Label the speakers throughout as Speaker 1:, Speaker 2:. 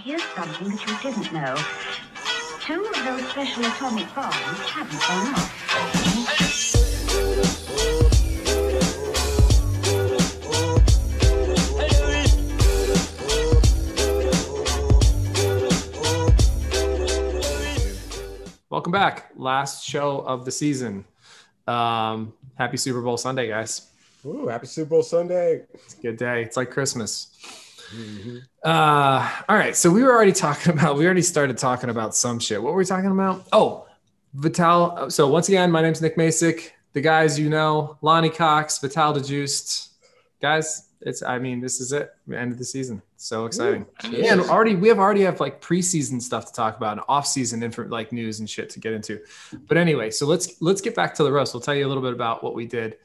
Speaker 1: Here's something that you didn't know. Two of those special atomic bombs haven't gone off.
Speaker 2: Welcome back. Last show of the season. Um, happy Super Bowl Sunday, guys.
Speaker 3: Ooh, happy Super Bowl Sunday.
Speaker 2: It's a good day. It's like Christmas.
Speaker 3: Mhm.
Speaker 2: Uh, all right. So we were already talking about, we already started talking about some shit. What were we talking about? Oh, Vital. So once again, my name's Nick Masick. The guys you know, Lonnie Cox, Vital DeJuiced. Guys, it's, I mean, this is it. End of the season. So exciting. Yeah, and
Speaker 3: Cheers.
Speaker 2: already we have already have like preseason stuff to talk about and off-season info like news and shit to get into. But anyway, so let's let's get back to the roast. We'll tell you a little bit about what we did.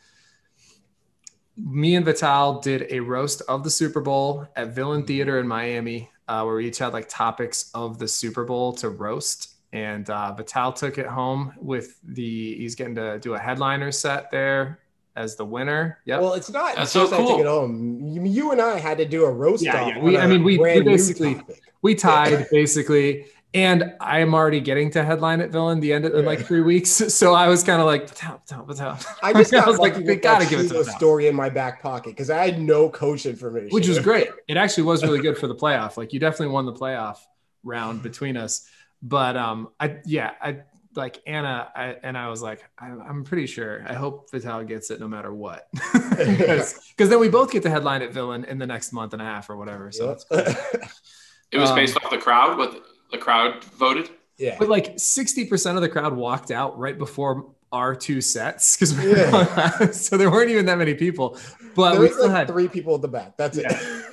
Speaker 2: Me and Vital did a roast of the Super Bowl at Villain
Speaker 3: Mm-hmm.
Speaker 2: Theater in Miami, uh, where we each had like topics of the Super Bowl to roast. And uh, Vital took it home with the he's getting to do a headliner set there as the winner. Yep.
Speaker 3: Well, it's not
Speaker 4: That's so
Speaker 3: it's not
Speaker 4: cool.
Speaker 3: taking home. You, you and I had to do a roast.
Speaker 2: Yeah,
Speaker 3: off
Speaker 2: yeah. We-
Speaker 3: on
Speaker 2: I
Speaker 3: a
Speaker 2: mean, we- we
Speaker 3: brand new
Speaker 2: basically-
Speaker 3: topic.
Speaker 2: we tied basically and i am already getting to headline at villain the end of, in like
Speaker 3: Yeah.
Speaker 2: three weeks so i was kind of like what's up, what's up, what's up?"
Speaker 3: I just
Speaker 2: I
Speaker 3: got
Speaker 2: was like,
Speaker 3: lucky
Speaker 2: we
Speaker 3: with
Speaker 2: gotta
Speaker 3: that
Speaker 2: give it to
Speaker 3: Chivo
Speaker 2: them.
Speaker 3: story in my back pocket because I had no coach information,
Speaker 2: which was great it actually was really good for the playoff like you definitely won the playoff round between us but um i yeah i like anna I, and i was like I, i'm pretty sure i hope vital gets it no matter what because then we both get the headline at villain in the next month and a half or whatever so that's cool.
Speaker 4: It was
Speaker 2: Um,
Speaker 4: based off the crowd. What the, the crowd voted.
Speaker 3: yeah.
Speaker 2: But like 60% of the crowd walked out right before our two sets because we so there weren't even that many people, but
Speaker 3: there
Speaker 2: we
Speaker 3: was
Speaker 2: still
Speaker 3: like
Speaker 2: had
Speaker 3: three people at the back. That's it.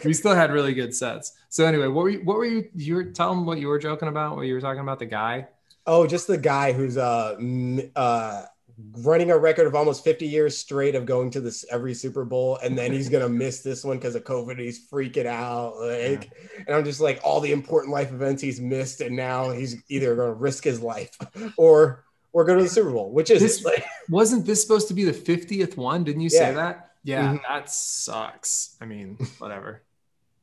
Speaker 2: we still had really good sets. So anyway, what were you, what were you you were tell them what you were joking about? What you were talking about the guy?
Speaker 3: Oh, just the guy who's uh m- uh running a record of almost 50 years straight of going to this every Super Bowl, and then he's gonna miss this one because of COVID. and He's freaking out, like, and I'm just like all the important life events he's missed, and now he's either gonna risk his life or or go to the Super Bowl, which is
Speaker 2: This-
Speaker 3: like,
Speaker 2: Wasn't this supposed to be the 50th one? Didn't you
Speaker 3: Yeah.
Speaker 2: say that? Yeah,
Speaker 3: Mhm.
Speaker 2: that sucks. I mean, whatever.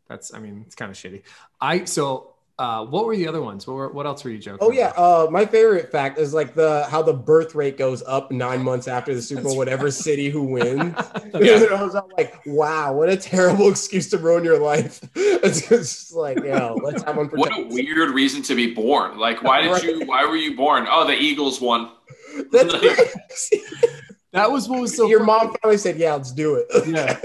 Speaker 2: That's I mean, it's kind of shitty. I so uh what were the other ones? What were, what else were you joking?
Speaker 3: oh yeah.
Speaker 2: about?
Speaker 3: Uh, my favorite fact is like the how the birth rate goes up nine months after the Super Bowl, whatever city who wins. And I was all like, wow, what a terrible excuse to ruin your life. It's just like, yo, let's have one
Speaker 4: What a
Speaker 3: protect.
Speaker 4: weird reason to be born. Like, why did
Speaker 3: Right.
Speaker 4: you? Why were you born? Oh, the Eagles won.
Speaker 3: That's crazy.
Speaker 2: That was what was so
Speaker 3: your
Speaker 2: funny.
Speaker 3: mom finally said, yeah, let's do it.
Speaker 2: yeah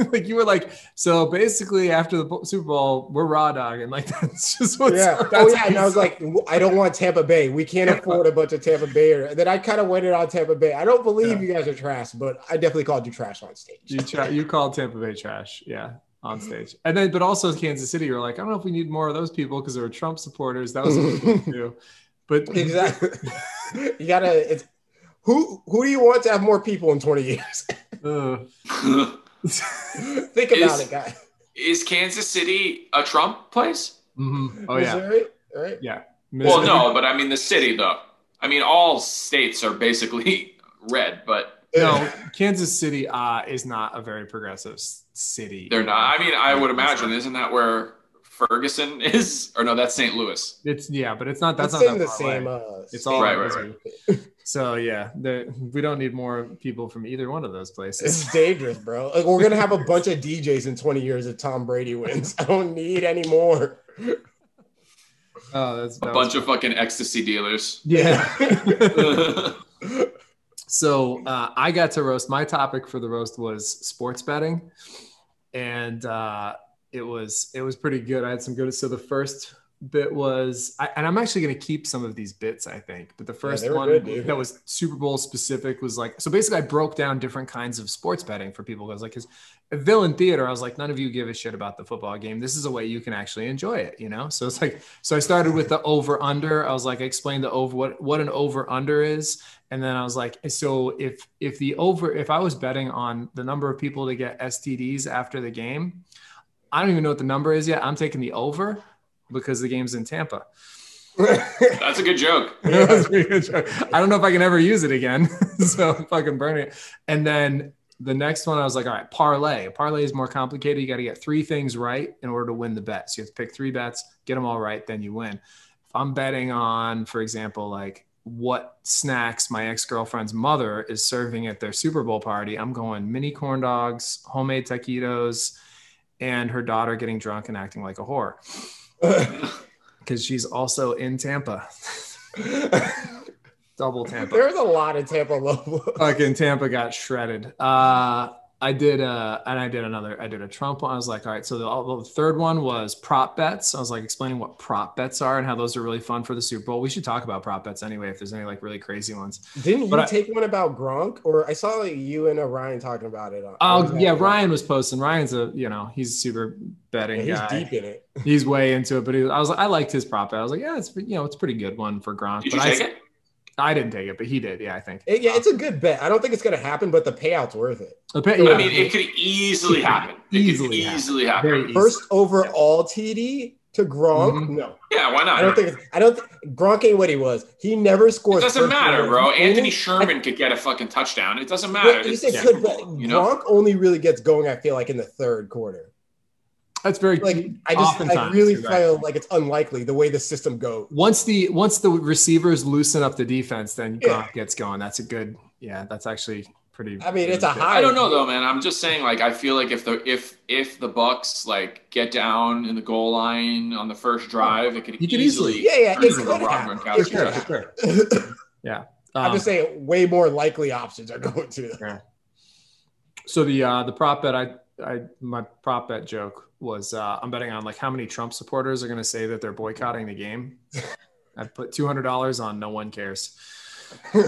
Speaker 2: like you were like so basically after the Bo- super bowl we're raw dog and like that's just what's
Speaker 3: Yeah. Oh
Speaker 2: that's
Speaker 3: yeah. And I was like, I don't want Tampa Bay. We can't afford a bunch of Tampa Bay. And then I kind of went in on Tampa Bay. I don't believe you guys are trash, but I definitely called you trash Mm-hmm. on stage.
Speaker 2: you, tra- you called tampa bay trash yeah on stage and then but also kansas city you were like i don't know if we need more of those people because there were trump supporters that was a good one too but
Speaker 3: exactly. you gotta it's who who do you want to have more people in 20 years?
Speaker 2: Ugh.
Speaker 3: Think about
Speaker 4: Is-
Speaker 3: it, guys.
Speaker 4: Is Kansas City a Trump place?
Speaker 2: Mhm. oh yeah
Speaker 3: Missouri, right?
Speaker 4: Well, no, but I mean the city though. I mean all states are basically red, but
Speaker 2: no kansas city uh, is not a very progressive s- city
Speaker 4: they're not. I mean, I would imagine isn't that where Ferguson is? Or no, that's St. Louis.
Speaker 2: it's yeah but it's not that's
Speaker 3: That's
Speaker 2: not
Speaker 3: in
Speaker 2: that
Speaker 3: the
Speaker 2: far
Speaker 3: same.
Speaker 2: away.
Speaker 3: Uh,
Speaker 2: It's all
Speaker 4: Right,
Speaker 2: right,
Speaker 4: right,
Speaker 2: So yeah, the, we don't need more people from either one of those places.
Speaker 3: It's dangerous, bro. Like we're gonna have a bunch of DJs in 20 years if Tom Brady wins. I don't need any more.
Speaker 2: Oh, that's
Speaker 4: A bunch of fucking ecstasy dealers.
Speaker 2: yeah.
Speaker 4: Ooh,
Speaker 2: so uh, I got to roast. My topic for the roast was sports betting, and uh, it was it was pretty good. I had some good. So the first bit was, I, and I'm actually going to keep some of these bits, I think. But the first
Speaker 3: they were
Speaker 2: one
Speaker 3: good, dude.
Speaker 2: that was Super Bowl specific was like, so basically, I broke down different kinds of sports betting for people. I was like, because villain theater, I was like, none of you give a shit about the football game. This is a way you can actually enjoy it, you know. So it's like, so I started with the over under. I was like, I explained the over what what an over under is, and then I was like, so if if the over if I was betting on the number of people to get STDs after the game, I don't even know what the number is yet. I'm taking the over because the game's in Tampa.
Speaker 4: that's a good joke.
Speaker 2: That was a pretty good joke. I don't know if I can ever use it again. so I'm fucking burning it. And then The next one, I was like, all right, parlay. Parlay is more complicated. You got to get three things right in order to win the bet. So you have to pick three bets, get them all right, then you win. If I'm betting on, for example, like what snacks my ex girlfriend's mother is serving at their Super Bowl party, I'm going mini corn dogs, homemade taquitos, and her daughter getting drunk and acting like a whore because she's also in Tampa, double Tampa.
Speaker 3: There's a lot of Tampa Lobo.
Speaker 2: fucking Tampa got shredded. Uh, I did, uh, and I did another. I did a Trump one. I was like, all right. So the, all- the third one was prop bets. I was like explaining what prop bets are and how those are really fun for the Super Bowl. We should talk about prop bets anyway. If there's any like really crazy ones.
Speaker 3: Didn't you
Speaker 2: But I-
Speaker 3: take one about Gronk? Or I saw like, you and Orion talking about it. on-
Speaker 2: Oh
Speaker 3: or was that
Speaker 2: yeah,
Speaker 3: Gronk?
Speaker 2: Ryan was posting. Ryan's a you know he's super
Speaker 3: Yeah,
Speaker 2: betting
Speaker 3: he's
Speaker 2: guy.
Speaker 3: deep in it.
Speaker 2: He's way into it. But he, I was I liked his prop bet. I was like, yeah, it's you know it's a pretty good one for Gronk.
Speaker 4: Did you
Speaker 2: but
Speaker 4: take
Speaker 2: I
Speaker 4: it?
Speaker 2: I didn't take it, but he did. Yeah, I think.
Speaker 3: It- Yeah, it's a good bet. I don't think it's going to happen, but the payout's worth it.
Speaker 2: Okay,
Speaker 4: I
Speaker 2: yeah,
Speaker 4: mean, it could easily happen. It
Speaker 2: Easily
Speaker 4: could
Speaker 2: happen.
Speaker 4: easily happen.
Speaker 2: very easy.
Speaker 3: First overall TD to
Speaker 2: Mhm.
Speaker 3: Gronk? No.
Speaker 4: Yeah, why not?
Speaker 3: I don't think it's, I don't th- Gronk ain't what he was. He never
Speaker 4: it
Speaker 3: scores.
Speaker 4: doesn't
Speaker 3: first
Speaker 4: matter,
Speaker 3: round.
Speaker 4: bro.
Speaker 3: He
Speaker 4: Anthony
Speaker 3: only-
Speaker 4: Sherman could get a fucking touchdown. It doesn't matter.
Speaker 3: Yeah, you
Speaker 4: It's
Speaker 3: said
Speaker 4: the
Speaker 3: could,
Speaker 4: Super
Speaker 3: but
Speaker 4: Bowl, you know?
Speaker 3: Gronk only really gets going. I feel like in the third quarter.
Speaker 2: that's very
Speaker 3: Like I just, I
Speaker 2: Oftentimes,
Speaker 3: really
Speaker 2: you're right.
Speaker 3: feel like it's unlikely the way the system goes.
Speaker 2: once the once the receivers loosen up the defense, then
Speaker 3: Yeah.
Speaker 2: Gronk gets going. That's a good. Yeah, that's actually pretty.
Speaker 3: I mean, it's a high.
Speaker 4: I don't know though, man. I'm just saying, like, I feel like if the if if the Bucks like get down in the goal line on the first drive, it could,
Speaker 2: You could
Speaker 4: easily,
Speaker 2: easily-
Speaker 3: Yeah, yeah,
Speaker 4: turn
Speaker 3: it
Speaker 4: into
Speaker 3: could
Speaker 4: Rob
Speaker 3: happen.
Speaker 4: Gronkowski.
Speaker 3: It could happen. I'm
Speaker 2: Um,
Speaker 3: just saying, way more likely options are going to. them.
Speaker 2: so the uh, the prop bet I I my prop bet joke was uh, I'm betting on like how many Trump supporters are going to say that they're boycotting the game. I put two hundred dollars on. No one cares.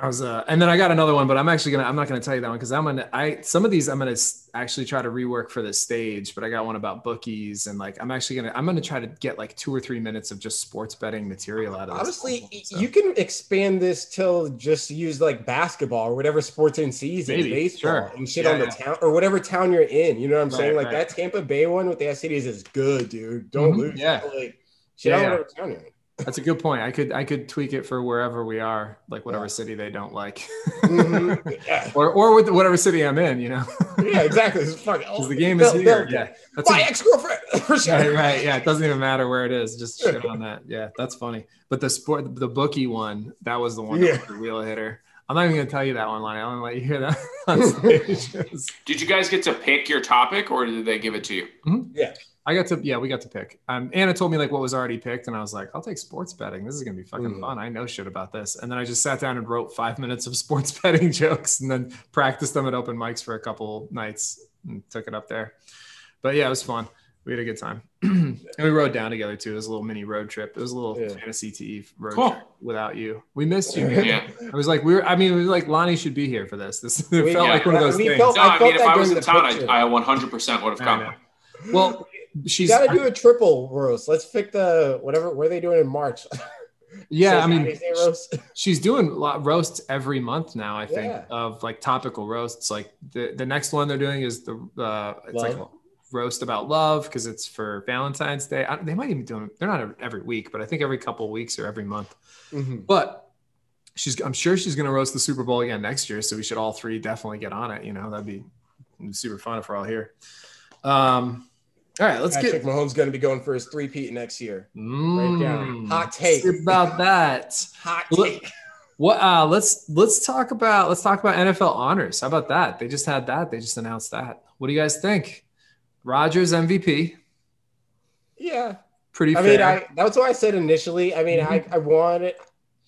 Speaker 2: I was, uh, and then I got another one, but I'm actually gonna, I'm not gonna tell you that one because I'm gonna, I some of these I'm gonna s- actually try to rework for the stage, but I got one about bookies and like I'm actually gonna, I'm gonna try to get like two or three minutes of just sports betting material out of this.
Speaker 3: Honestly,
Speaker 2: album, so.
Speaker 3: you can expand this till just use like basketball or whatever sports in season,
Speaker 2: Maybe,
Speaker 3: baseball
Speaker 2: sure.
Speaker 3: and shit
Speaker 2: Yeah,
Speaker 3: on the
Speaker 2: yeah.
Speaker 3: town or whatever town you're in. You know what I'm
Speaker 2: Right,
Speaker 3: saying? Like
Speaker 2: right.
Speaker 3: that Tampa Bay one with the cities is good, dude. Don't
Speaker 2: Mhm,
Speaker 3: lose.
Speaker 2: yeah.
Speaker 3: Like, shit on
Speaker 2: Yeah, yeah.
Speaker 3: whatever town you're in.
Speaker 2: that's a good point. I could, I could tweak it for wherever we are, like whatever city they don't like,
Speaker 3: Mhm. yeah.
Speaker 2: or or with whatever city I'm in, you know,
Speaker 3: yeah, exactly. This is fucking- oh,
Speaker 2: 'Cause the game is
Speaker 3: They'll-
Speaker 2: here.
Speaker 3: they'll-
Speaker 2: Yeah, that's
Speaker 3: My
Speaker 2: a,
Speaker 3: ex girlfriend.
Speaker 2: right, right, yeah. It doesn't even matter where it is. Just shit on that. Yeah, that's funny. But the sport, the bookie one, that was the one
Speaker 3: Yeah.
Speaker 2: that was the real hitter. I'm not even gonna tell you that one, Lonnie. I'm gonna let you hear that on stage.
Speaker 4: Did you guys get to pick your topic, or did they give it to you?
Speaker 2: I got to, yeah, we got to pick. Um, Anna told me like what was already picked, and I was like, I'll take sports betting. This is gonna be fucking
Speaker 3: Mm.
Speaker 2: fun. I know shit about this. And then I just sat down and wrote five minutes of sports betting jokes, and then practiced them at open mics for a couple nights, and took it up there. But yeah, it was fun. We had a good time, and we rode down together too. It was a little mini road trip. It was a little
Speaker 3: Yeah.
Speaker 2: fantasy TE road
Speaker 4: Cool.
Speaker 2: trip without you. We missed you. man.
Speaker 4: Yeah.
Speaker 2: I was like, we were. I mean, it was like Lonnie should be here for this. This it
Speaker 3: We-
Speaker 2: felt
Speaker 4: yeah.
Speaker 2: like one of those
Speaker 3: We
Speaker 2: things.
Speaker 3: felt-
Speaker 4: No,
Speaker 3: I
Speaker 4: I, mean, if
Speaker 3: that
Speaker 4: I was
Speaker 3: during
Speaker 4: in
Speaker 3: the
Speaker 4: town,
Speaker 3: picture.
Speaker 4: I, I 100% would have
Speaker 2: I
Speaker 4: come.
Speaker 2: know. well,
Speaker 3: You
Speaker 2: she's
Speaker 3: gotta do a triple roast. Let's pick the whatever. What are they doing in March?
Speaker 2: yeah. I mean,
Speaker 3: Saturday roast.
Speaker 2: she's doing lo- roasts every month now. I think
Speaker 3: Yeah.
Speaker 2: of like topical roasts. Like the the next one they're doing is the uh, it's like a
Speaker 3: Love.
Speaker 2: roast about love because it's for Valentine's Day. I, they might even do them. They're not every week, but I think every couple weeks or every month. mm-hmm.
Speaker 3: Mhm.
Speaker 2: But she's I'm sure she's gonna roast the Super Bowl again next year. So we should all three definitely get on it. You know, that'd be super fun if we're all here. Um, all right, let's
Speaker 3: Patrick
Speaker 2: get
Speaker 3: Mahomes going to be going for his three peat next year.
Speaker 2: Mm.
Speaker 3: Hot take.
Speaker 2: about that.
Speaker 3: Hot
Speaker 2: Look-
Speaker 3: take.
Speaker 2: What uh let's let's talk about let's talk about NFL honors. How about that? They just had that. They just announced that. What do you guys think? Rogers MVP.
Speaker 3: Yeah,
Speaker 2: Pretty
Speaker 3: I
Speaker 2: fair. Mm-hmm.
Speaker 3: mean, I that's what I said initially. I mean, I I wanted.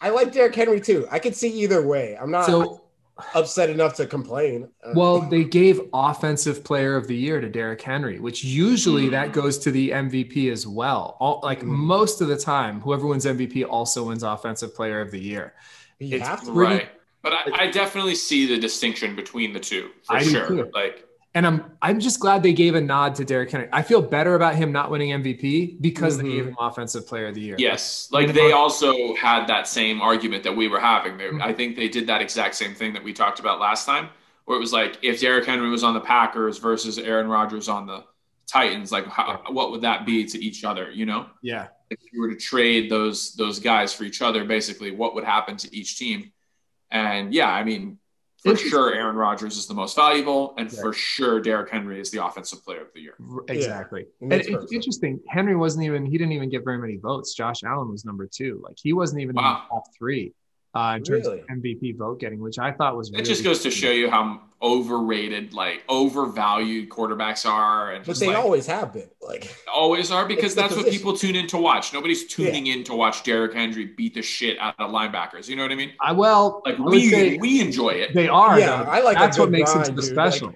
Speaker 3: I like Derrick Henry too. I could see either way. I'm not
Speaker 2: so
Speaker 3: upset enough to complain. Uh,
Speaker 2: well, they gave offensive player of the year to Derrick Henry, which
Speaker 3: Hmm.
Speaker 2: usually that goes to the MVP as well. All like
Speaker 3: Mhm.
Speaker 2: most of the time, whoever wins MVP also wins offensive player of the year.
Speaker 3: you
Speaker 2: it's
Speaker 3: have to.
Speaker 2: Really-
Speaker 4: Right. But I, I definitely see the distinction between the two for
Speaker 2: I do
Speaker 4: sure.
Speaker 2: too.
Speaker 4: Like,
Speaker 2: And I'm I'm just glad they gave a nod to Derrick Henry. I feel better about him not winning MVP because
Speaker 3: Mhm.
Speaker 2: they gave him offensive player of the year.
Speaker 4: yes, like they also had that same argument that we were having. They, I think they did that exact same thing that we talked about last time, where it was like if Derrick Henry was on the Packers versus Aaron Rodgers on the Titans, like how, what would that be to each other? You know,
Speaker 2: Yeah.
Speaker 4: if you were to trade those those guys for each other, basically what would happen to each team? And yeah, I mean, For
Speaker 2: Interesting.
Speaker 4: sure, Aaron Rodgers is the most valuable, and
Speaker 2: Right.
Speaker 4: for sure, Derrick Henry is the offensive player of the year.
Speaker 2: R- Exactly.
Speaker 3: And
Speaker 2: And
Speaker 3: that's
Speaker 2: it's
Speaker 3: perfect.
Speaker 2: interesting. Henry wasn't even, he didn't even get very many votes. Josh Allen was number two. Like he wasn't even in
Speaker 4: Wow.
Speaker 2: the top three uh, in terms
Speaker 3: Really?
Speaker 2: of MVP vote getting, which I thought was
Speaker 4: It just goes to show you how overrated, like overvalued quarterbacks are, and
Speaker 3: but
Speaker 4: just
Speaker 3: they
Speaker 4: like,
Speaker 3: always have been. Like
Speaker 4: always are
Speaker 3: It's
Speaker 4: because
Speaker 3: the
Speaker 4: that's what
Speaker 3: position.
Speaker 4: people tune in to watch. Nobody's tuning in to watch Derrick Henry beat the shit out of linebackers. You know what I mean?
Speaker 2: I, well,
Speaker 4: Like
Speaker 2: I would
Speaker 4: we
Speaker 2: say
Speaker 4: we enjoy it,
Speaker 2: they are.
Speaker 3: Yeah,
Speaker 2: though.
Speaker 3: I like a
Speaker 2: That's what
Speaker 3: good
Speaker 2: makes
Speaker 3: grind,
Speaker 2: them so
Speaker 3: dude. Like-
Speaker 2: special.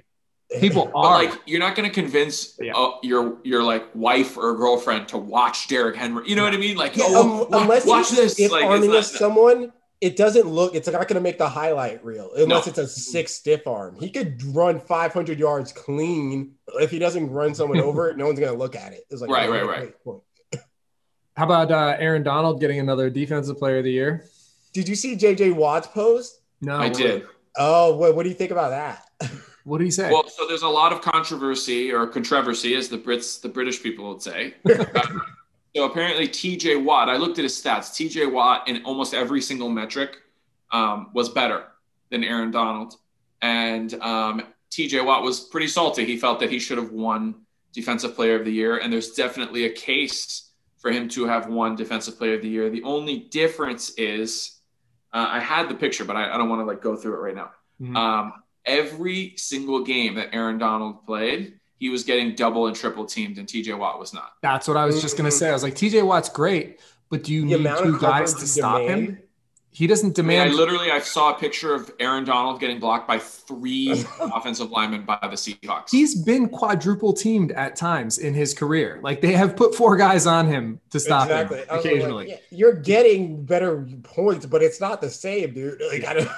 Speaker 2: People
Speaker 4: but
Speaker 2: are.
Speaker 4: like you're not going to convince
Speaker 2: Yeah.
Speaker 4: uh, your your like wife or girlfriend to watch Derrick Henry. You know what I mean? Like
Speaker 3: Yeah,
Speaker 4: oh,
Speaker 3: um,
Speaker 4: wa-
Speaker 3: unless
Speaker 4: watch
Speaker 3: it's-
Speaker 4: this.
Speaker 3: If
Speaker 4: like it's
Speaker 3: arming
Speaker 4: not-
Speaker 3: with someone, it doesn't look. It's not going to make the highlight reel unless
Speaker 4: No.
Speaker 3: it's a sick stiff arm. He could run 500 yards clean. If he doesn't run someone over it, no one's going to look at it. It's like
Speaker 4: Right,
Speaker 3: oh,
Speaker 4: right,
Speaker 3: great
Speaker 4: right.
Speaker 3: point.
Speaker 2: How about uh, Aaron Donald getting another Defensive Player of the Year?
Speaker 3: Did you see JJ Watt's post?
Speaker 2: No,
Speaker 4: I did.
Speaker 3: Oh, what, what do you think about that?
Speaker 2: What did he say?
Speaker 4: Well, so there's a lot of controversy or controversy, as the Brits, the British people would say. so apparently, T.J. Watt. I looked at his stats. T.J. Watt in almost every single metric um, was better than Aaron Donald, and um, T.J. Watt was pretty salty. He felt that he should have won Defensive Player of the Year, and there's definitely a case for him to have won Defensive Player of the Year. The only difference is, uh, I had the picture, but I, I don't want to like go through it right now.
Speaker 2: Mhm.
Speaker 4: Um, every single game that Aaron Donald played, he was getting double and triple teamed, and TJ Watt was not.
Speaker 2: That's what I was just going to say. I was like, TJ Watt's great, but do you
Speaker 3: Mm-hmm. The
Speaker 2: need
Speaker 3: amount
Speaker 2: two
Speaker 3: of
Speaker 2: guys
Speaker 3: coverage
Speaker 2: to
Speaker 3: you
Speaker 2: stop
Speaker 3: demand?
Speaker 2: him? He doesn't
Speaker 4: I mean, I
Speaker 2: demand.
Speaker 4: literally I saw a picture of Aaron Donald getting blocked by three offensive linemen by the Seahawks.
Speaker 2: he's been quadruple teamed at times in his career. Like they have put four guys on him to stop him
Speaker 3: I was like,
Speaker 2: occasionally.
Speaker 3: yeah, you're getting better points, but it's not the same, dude. Like, I don't,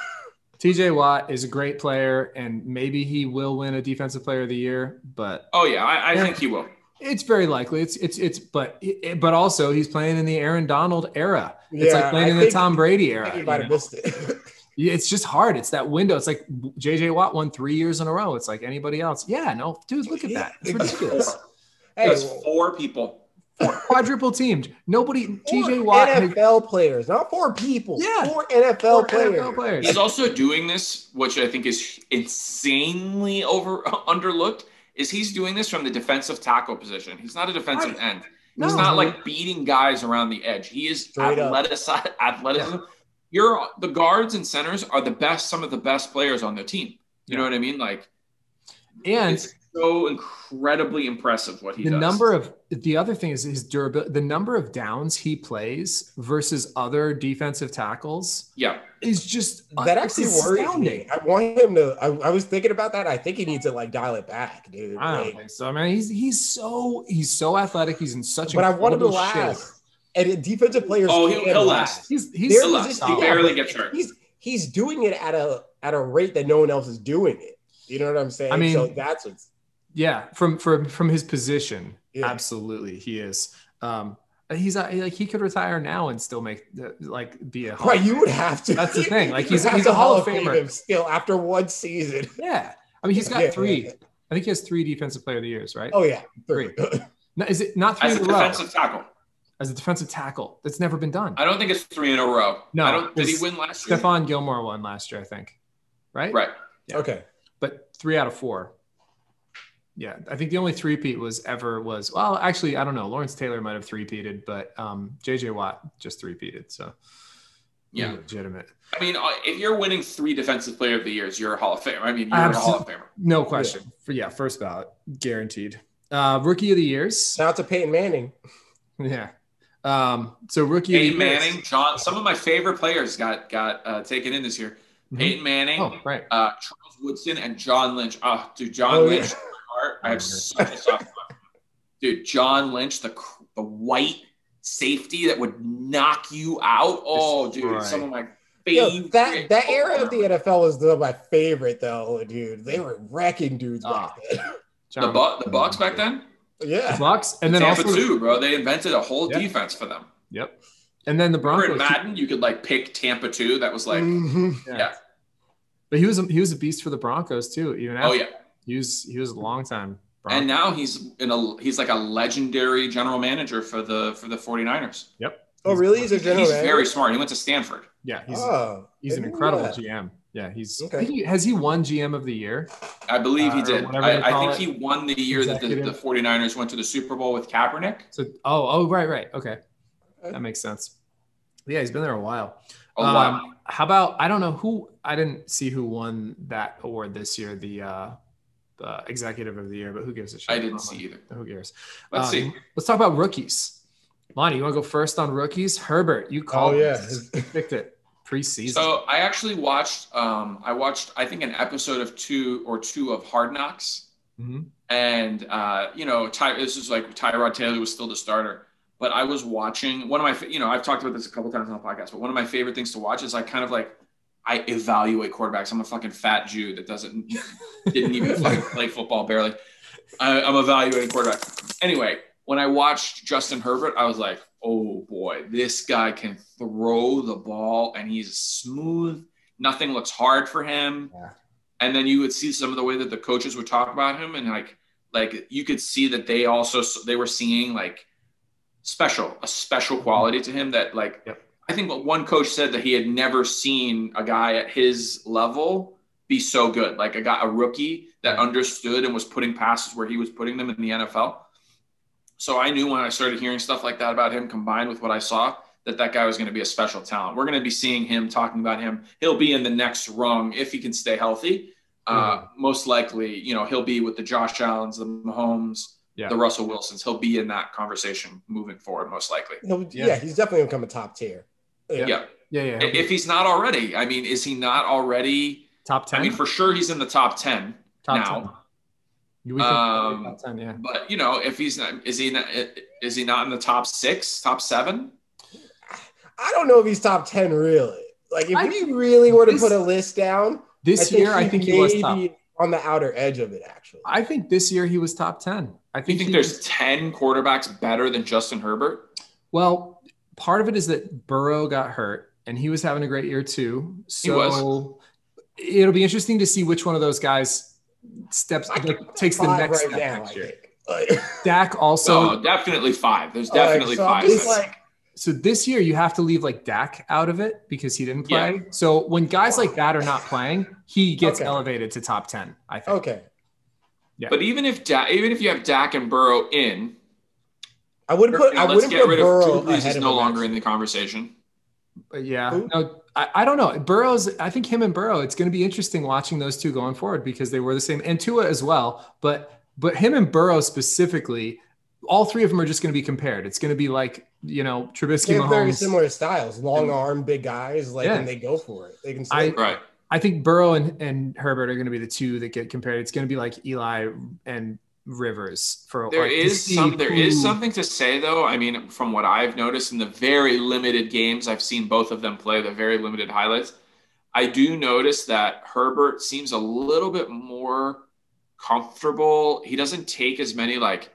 Speaker 2: TJ Watt is a great player, and maybe he will win a Defensive Player of the Year, but
Speaker 4: oh yeah, I, I think he will.
Speaker 2: it's very likely. It's it's it's but it, but also he's playing in the Aaron Donald era. It's
Speaker 3: Yeah,
Speaker 2: like playing
Speaker 3: I
Speaker 2: in the
Speaker 3: think-
Speaker 2: Tom Brady
Speaker 3: I
Speaker 2: era.
Speaker 3: think you
Speaker 2: you
Speaker 3: might have
Speaker 2: know?
Speaker 3: missed it.
Speaker 2: Yeah, it's just hard. It's that window. It's like JJ Watt won three years in a row. It's like anybody else. Yeah, no, dude, look at that. It's ridiculous.
Speaker 3: hey,
Speaker 4: That's
Speaker 3: well,
Speaker 4: four people.
Speaker 2: Quadruple teamed. Nobody.
Speaker 3: four
Speaker 2: TJ Watt. has-
Speaker 3: NFL players, not four people.
Speaker 2: Yeah.
Speaker 3: four NFL
Speaker 2: four
Speaker 3: players.
Speaker 2: NFL players.
Speaker 4: He's also doing this, which I think is insanely over underlooked. Is he's doing this from the defensive tackle position? He's not a defensive end.
Speaker 2: No.
Speaker 4: He's not like beating guys around the edge. He is
Speaker 3: Straight up.
Speaker 4: athletic, athleticism. You're the guards and centers are the best, some of the best players on their team. You
Speaker 2: Yeah.
Speaker 4: know what I mean? Like
Speaker 2: and
Speaker 4: it's so incredibly impressive what he
Speaker 2: the
Speaker 4: does.
Speaker 2: number of the other thing is his durability. The number of downs he plays versus other defensive tackles
Speaker 4: yeah,
Speaker 2: is just
Speaker 3: That
Speaker 2: it's
Speaker 3: actually worries me.
Speaker 2: astounding.
Speaker 3: I want him to. I, I was thinking about that. I think he needs to like dial it back, dude.
Speaker 2: I
Speaker 3: Like,
Speaker 2: don't think so, man. He's he's so he's so athletic. He's in such.
Speaker 3: but I want him to
Speaker 2: incredible shape.
Speaker 3: last. And it- defensive players.
Speaker 4: Oh, he'll-
Speaker 3: can
Speaker 4: he'll last.
Speaker 2: He's he's
Speaker 3: There
Speaker 4: He'll
Speaker 2: so
Speaker 3: was
Speaker 4: last.
Speaker 3: this-
Speaker 2: solid.
Speaker 4: He barely
Speaker 3: but
Speaker 4: gets hurt.
Speaker 3: He's he's doing it at a at a rate that no one else is doing it. You know what I'm saying?
Speaker 2: I mean-
Speaker 3: so that's what's
Speaker 2: Yeah, from from from his position,
Speaker 3: Yeah.
Speaker 2: absolutely, he is. Um, he's uh, like he could retire now and still make uh, like be a Hall
Speaker 3: right.
Speaker 2: of
Speaker 3: You would have to.
Speaker 2: That's the thing. Like,
Speaker 3: you
Speaker 2: he's-
Speaker 3: would have
Speaker 2: he's a
Speaker 3: to
Speaker 2: Hall of Famer.
Speaker 3: him still after one season.
Speaker 2: Famer. Yeah, I mean he's got
Speaker 3: Yeah,
Speaker 2: three.
Speaker 3: yeah.
Speaker 2: I think he has three defensive player of the years, right?
Speaker 3: Oh yeah, three.
Speaker 2: No, is it not three
Speaker 4: as a
Speaker 2: in a row
Speaker 4: defensive tackle.
Speaker 2: as a defensive tackle? That's never been done.
Speaker 4: I don't think it's three in a row.
Speaker 2: No,
Speaker 4: I don't, did he
Speaker 2: it's
Speaker 4: win last year?
Speaker 2: Stefan Gilmore won last year, I think. Right?
Speaker 4: Right.
Speaker 2: Yeah.
Speaker 3: Okay.
Speaker 2: But three out of four. Yeah, I think the only three peat was ever was well, actually, I don't know. Lawrence Taylor might have three peated, but um, JJ Watt just three peated. So
Speaker 4: Yeah.
Speaker 2: legitimate.
Speaker 4: I mean, uh, if you're winning three defensive player of the years, you're a Hall of Famer. I mean, you're a Hall of Famer.
Speaker 2: No question. Yeah. For yeah, first ballot, guaranteed. Uh, rookie of the years.
Speaker 3: Shout out to Peyton Manning.
Speaker 2: Yeah. Um, so rookie
Speaker 4: Peyton
Speaker 2: of the years.
Speaker 4: Manning, John. Some of my favorite players got got uh, taken in this year.
Speaker 3: Mm-hmm.
Speaker 2: Mhm.
Speaker 4: Peyton Manning,
Speaker 2: Oh, right.
Speaker 4: uh, Charles Woodson and John Lynch. Oh, dude, John
Speaker 3: Oh, yeah. Oh,
Speaker 4: Lynch. my heart. I have such a soft spot. Dude, John Lynch, the cr- the white safety that would knock you out. Oh, dude,
Speaker 2: Destroy.
Speaker 4: some of my
Speaker 3: Yo,
Speaker 4: favorite.
Speaker 3: that that era of the NFL was the, my favorite though, dude. They were wrecking dudes
Speaker 2: Ah.
Speaker 3: back then.
Speaker 4: the, Bu- the Bucks back then.
Speaker 2: The
Speaker 3: yeah.
Speaker 2: Bucks, and then
Speaker 4: Tampa
Speaker 2: also
Speaker 4: too, bro. They invented a whole
Speaker 2: Yeah.
Speaker 4: defense for them.
Speaker 2: Yep. And then the
Speaker 4: Remember in
Speaker 2: Broncos,
Speaker 4: Madden, you could like pick Tampa too. That was like,
Speaker 3: Mhm.
Speaker 4: yeah.
Speaker 2: but he was a, he was a beast for the Broncos too. Even after
Speaker 4: oh yeah.
Speaker 2: he was he was a long time. Bronco.
Speaker 4: And now he's in a he's like a legendary general manager for the for the 49ers.
Speaker 3: Oh, really? He's a general
Speaker 4: He's
Speaker 3: manager?
Speaker 4: very smart. He went to Stanford.
Speaker 2: yeah, he's
Speaker 3: oh,
Speaker 2: he's
Speaker 3: I
Speaker 2: an
Speaker 3: didn't know
Speaker 2: incredible
Speaker 3: that.
Speaker 2: GM. Yeah, he's
Speaker 3: Okay.
Speaker 2: I think he- has he won GM of the year?
Speaker 4: I believe he
Speaker 2: Uh,
Speaker 4: did.
Speaker 2: whatever they
Speaker 4: I, I
Speaker 2: call
Speaker 4: think
Speaker 2: it.
Speaker 4: he won the year that the, the
Speaker 2: Executive.
Speaker 4: 49ers went to the Super Bowl with Kaepernick.
Speaker 2: So oh oh right right okay,
Speaker 3: Okay.
Speaker 2: that makes sense. Yeah, he's been there a while.
Speaker 4: A
Speaker 2: Um,
Speaker 4: lot.
Speaker 2: How about I don't know who I didn't see who won that award this year, the uh, uh executive of the year, but who gives a shit?
Speaker 4: I didn't see either.
Speaker 2: Who cares?
Speaker 4: Let's
Speaker 2: Um,
Speaker 4: see.
Speaker 2: Let's talk about rookies. Lonnie, you want to go first on rookies? Herbert, you
Speaker 3: Oh
Speaker 2: called.
Speaker 3: yeah,
Speaker 2: this. You picked it preseason.
Speaker 4: So I actually watched. Um, I watched. I think an episode of two or two of Hard Knocks,
Speaker 2: Mhm.
Speaker 4: and uh, you know, Ty, this is like Tyrod Taylor was still the starter. But I was watching one of my. fa- You know, I've talked about this a couple times on the podcast. But one of my favorite things to watch is I kind of like I evaluate quarterbacks. I'm a fucking fat Jew that doesn't didn't even fucking play football barely. I, I'm evaluating quarterback. Anyway, when I watched Justin Herbert, I was like, oh boy, this guy can throw the ball and he's smooth. Nothing looks hard for him.
Speaker 2: Yeah.
Speaker 4: And then you would see some of the way that the coaches would talk about him and like, like you could see that they also they were seeing like special a special quality to him that like
Speaker 2: Yep.
Speaker 4: I think what one coach said that he had never seen a guy at his level be so good. Like I got a rookie that understood and was putting passes where he was putting them in the NFL. So I knew when I started hearing stuff like that about him, combined with what I saw, that that guy was going to be a special talent. We're going to be seeing him, talking about him. He'll be in the next rung if he can stay healthy. Uh, most likely, you know, he'll be with the Josh Allens, the Mahomes,
Speaker 2: Yeah.
Speaker 4: the Russell Wilsons. He'll be in that conversation moving forward, most likely.
Speaker 3: He'll-
Speaker 2: Yeah.
Speaker 3: yeah. he's definitely gonna become a top tier.
Speaker 2: Yeah.
Speaker 4: Yeah.
Speaker 2: yeah, yeah,
Speaker 4: I- If he's not already, I mean, is he not already?
Speaker 2: top ten.
Speaker 4: I mean, for sure he's in the top 10
Speaker 2: top
Speaker 4: now.
Speaker 2: ten. You- we can-
Speaker 4: Um,
Speaker 2: top ten, yeah.
Speaker 4: But you know, if he's not, is he not, is he not in the top six, top seven?
Speaker 3: I don't know if he's top ten really. Like if
Speaker 2: I
Speaker 3: you really were to
Speaker 2: this-
Speaker 3: put a list down,
Speaker 2: This year, I think he was
Speaker 3: may
Speaker 2: top.
Speaker 3: be on the outer edge of it. Actually,
Speaker 2: I think this year he was top ten. I
Speaker 4: You
Speaker 2: think,
Speaker 4: think
Speaker 2: he
Speaker 4: there's
Speaker 2: was-
Speaker 4: ten quarterbacks better than Justin Herbert?
Speaker 2: Well, part of it is that Burrow got hurt and he was having a great year too. So it'll be interesting to see which one of those guys steps
Speaker 3: I
Speaker 2: like, takes the
Speaker 3: Five
Speaker 2: next step
Speaker 3: now,
Speaker 2: next
Speaker 3: I
Speaker 2: year.
Speaker 3: think. Like-
Speaker 2: Dak also
Speaker 4: So Oh, definitely five. There's
Speaker 3: Like,
Speaker 4: definitely
Speaker 3: so I'm
Speaker 4: five.
Speaker 3: just like,
Speaker 2: so this year you have to leave like Dak out of it because he didn't play. So when guys like that are not playing, he gets
Speaker 3: Okay.
Speaker 2: elevated to top ten. I think.
Speaker 3: okay,
Speaker 4: but even if da- even if you have Dak and Burrow in,
Speaker 3: I wouldn't put. I
Speaker 4: let's
Speaker 3: wouldn't
Speaker 4: get
Speaker 3: put
Speaker 4: rid
Speaker 3: Burrow
Speaker 4: of Drew Brees
Speaker 3: ahead
Speaker 4: is
Speaker 3: of
Speaker 4: no
Speaker 3: him,
Speaker 4: longer
Speaker 3: actually.
Speaker 4: in the conversation.
Speaker 2: But yeah,
Speaker 3: Who?
Speaker 2: no, I, I don't know. Burrow's, I think him and Burrow, it's going to be interesting watching those two going forward because they were the same, and Tua as well. But but him and Burrow specifically, all three of them are just going to be compared. It's going to be like you know Trubisky,
Speaker 3: They have very
Speaker 2: Mahomes.
Speaker 3: similar styles, long arm, big guys. Like,
Speaker 2: Yeah.
Speaker 3: and they go for it. They can.
Speaker 2: I-
Speaker 3: Slay.
Speaker 4: Right.
Speaker 2: I think Burrow and, and Herbert are going to be the two that get compared. It's going to be like Eli and Rivers for
Speaker 4: There
Speaker 2: like, to
Speaker 4: is
Speaker 2: see
Speaker 4: some there is
Speaker 2: who-
Speaker 4: something to say though. I mean, from what I've noticed in the very limited games I've seen both of them play, the very limited highlights, I do notice that Herbert seems a little bit more comfortable. He doesn't take as many like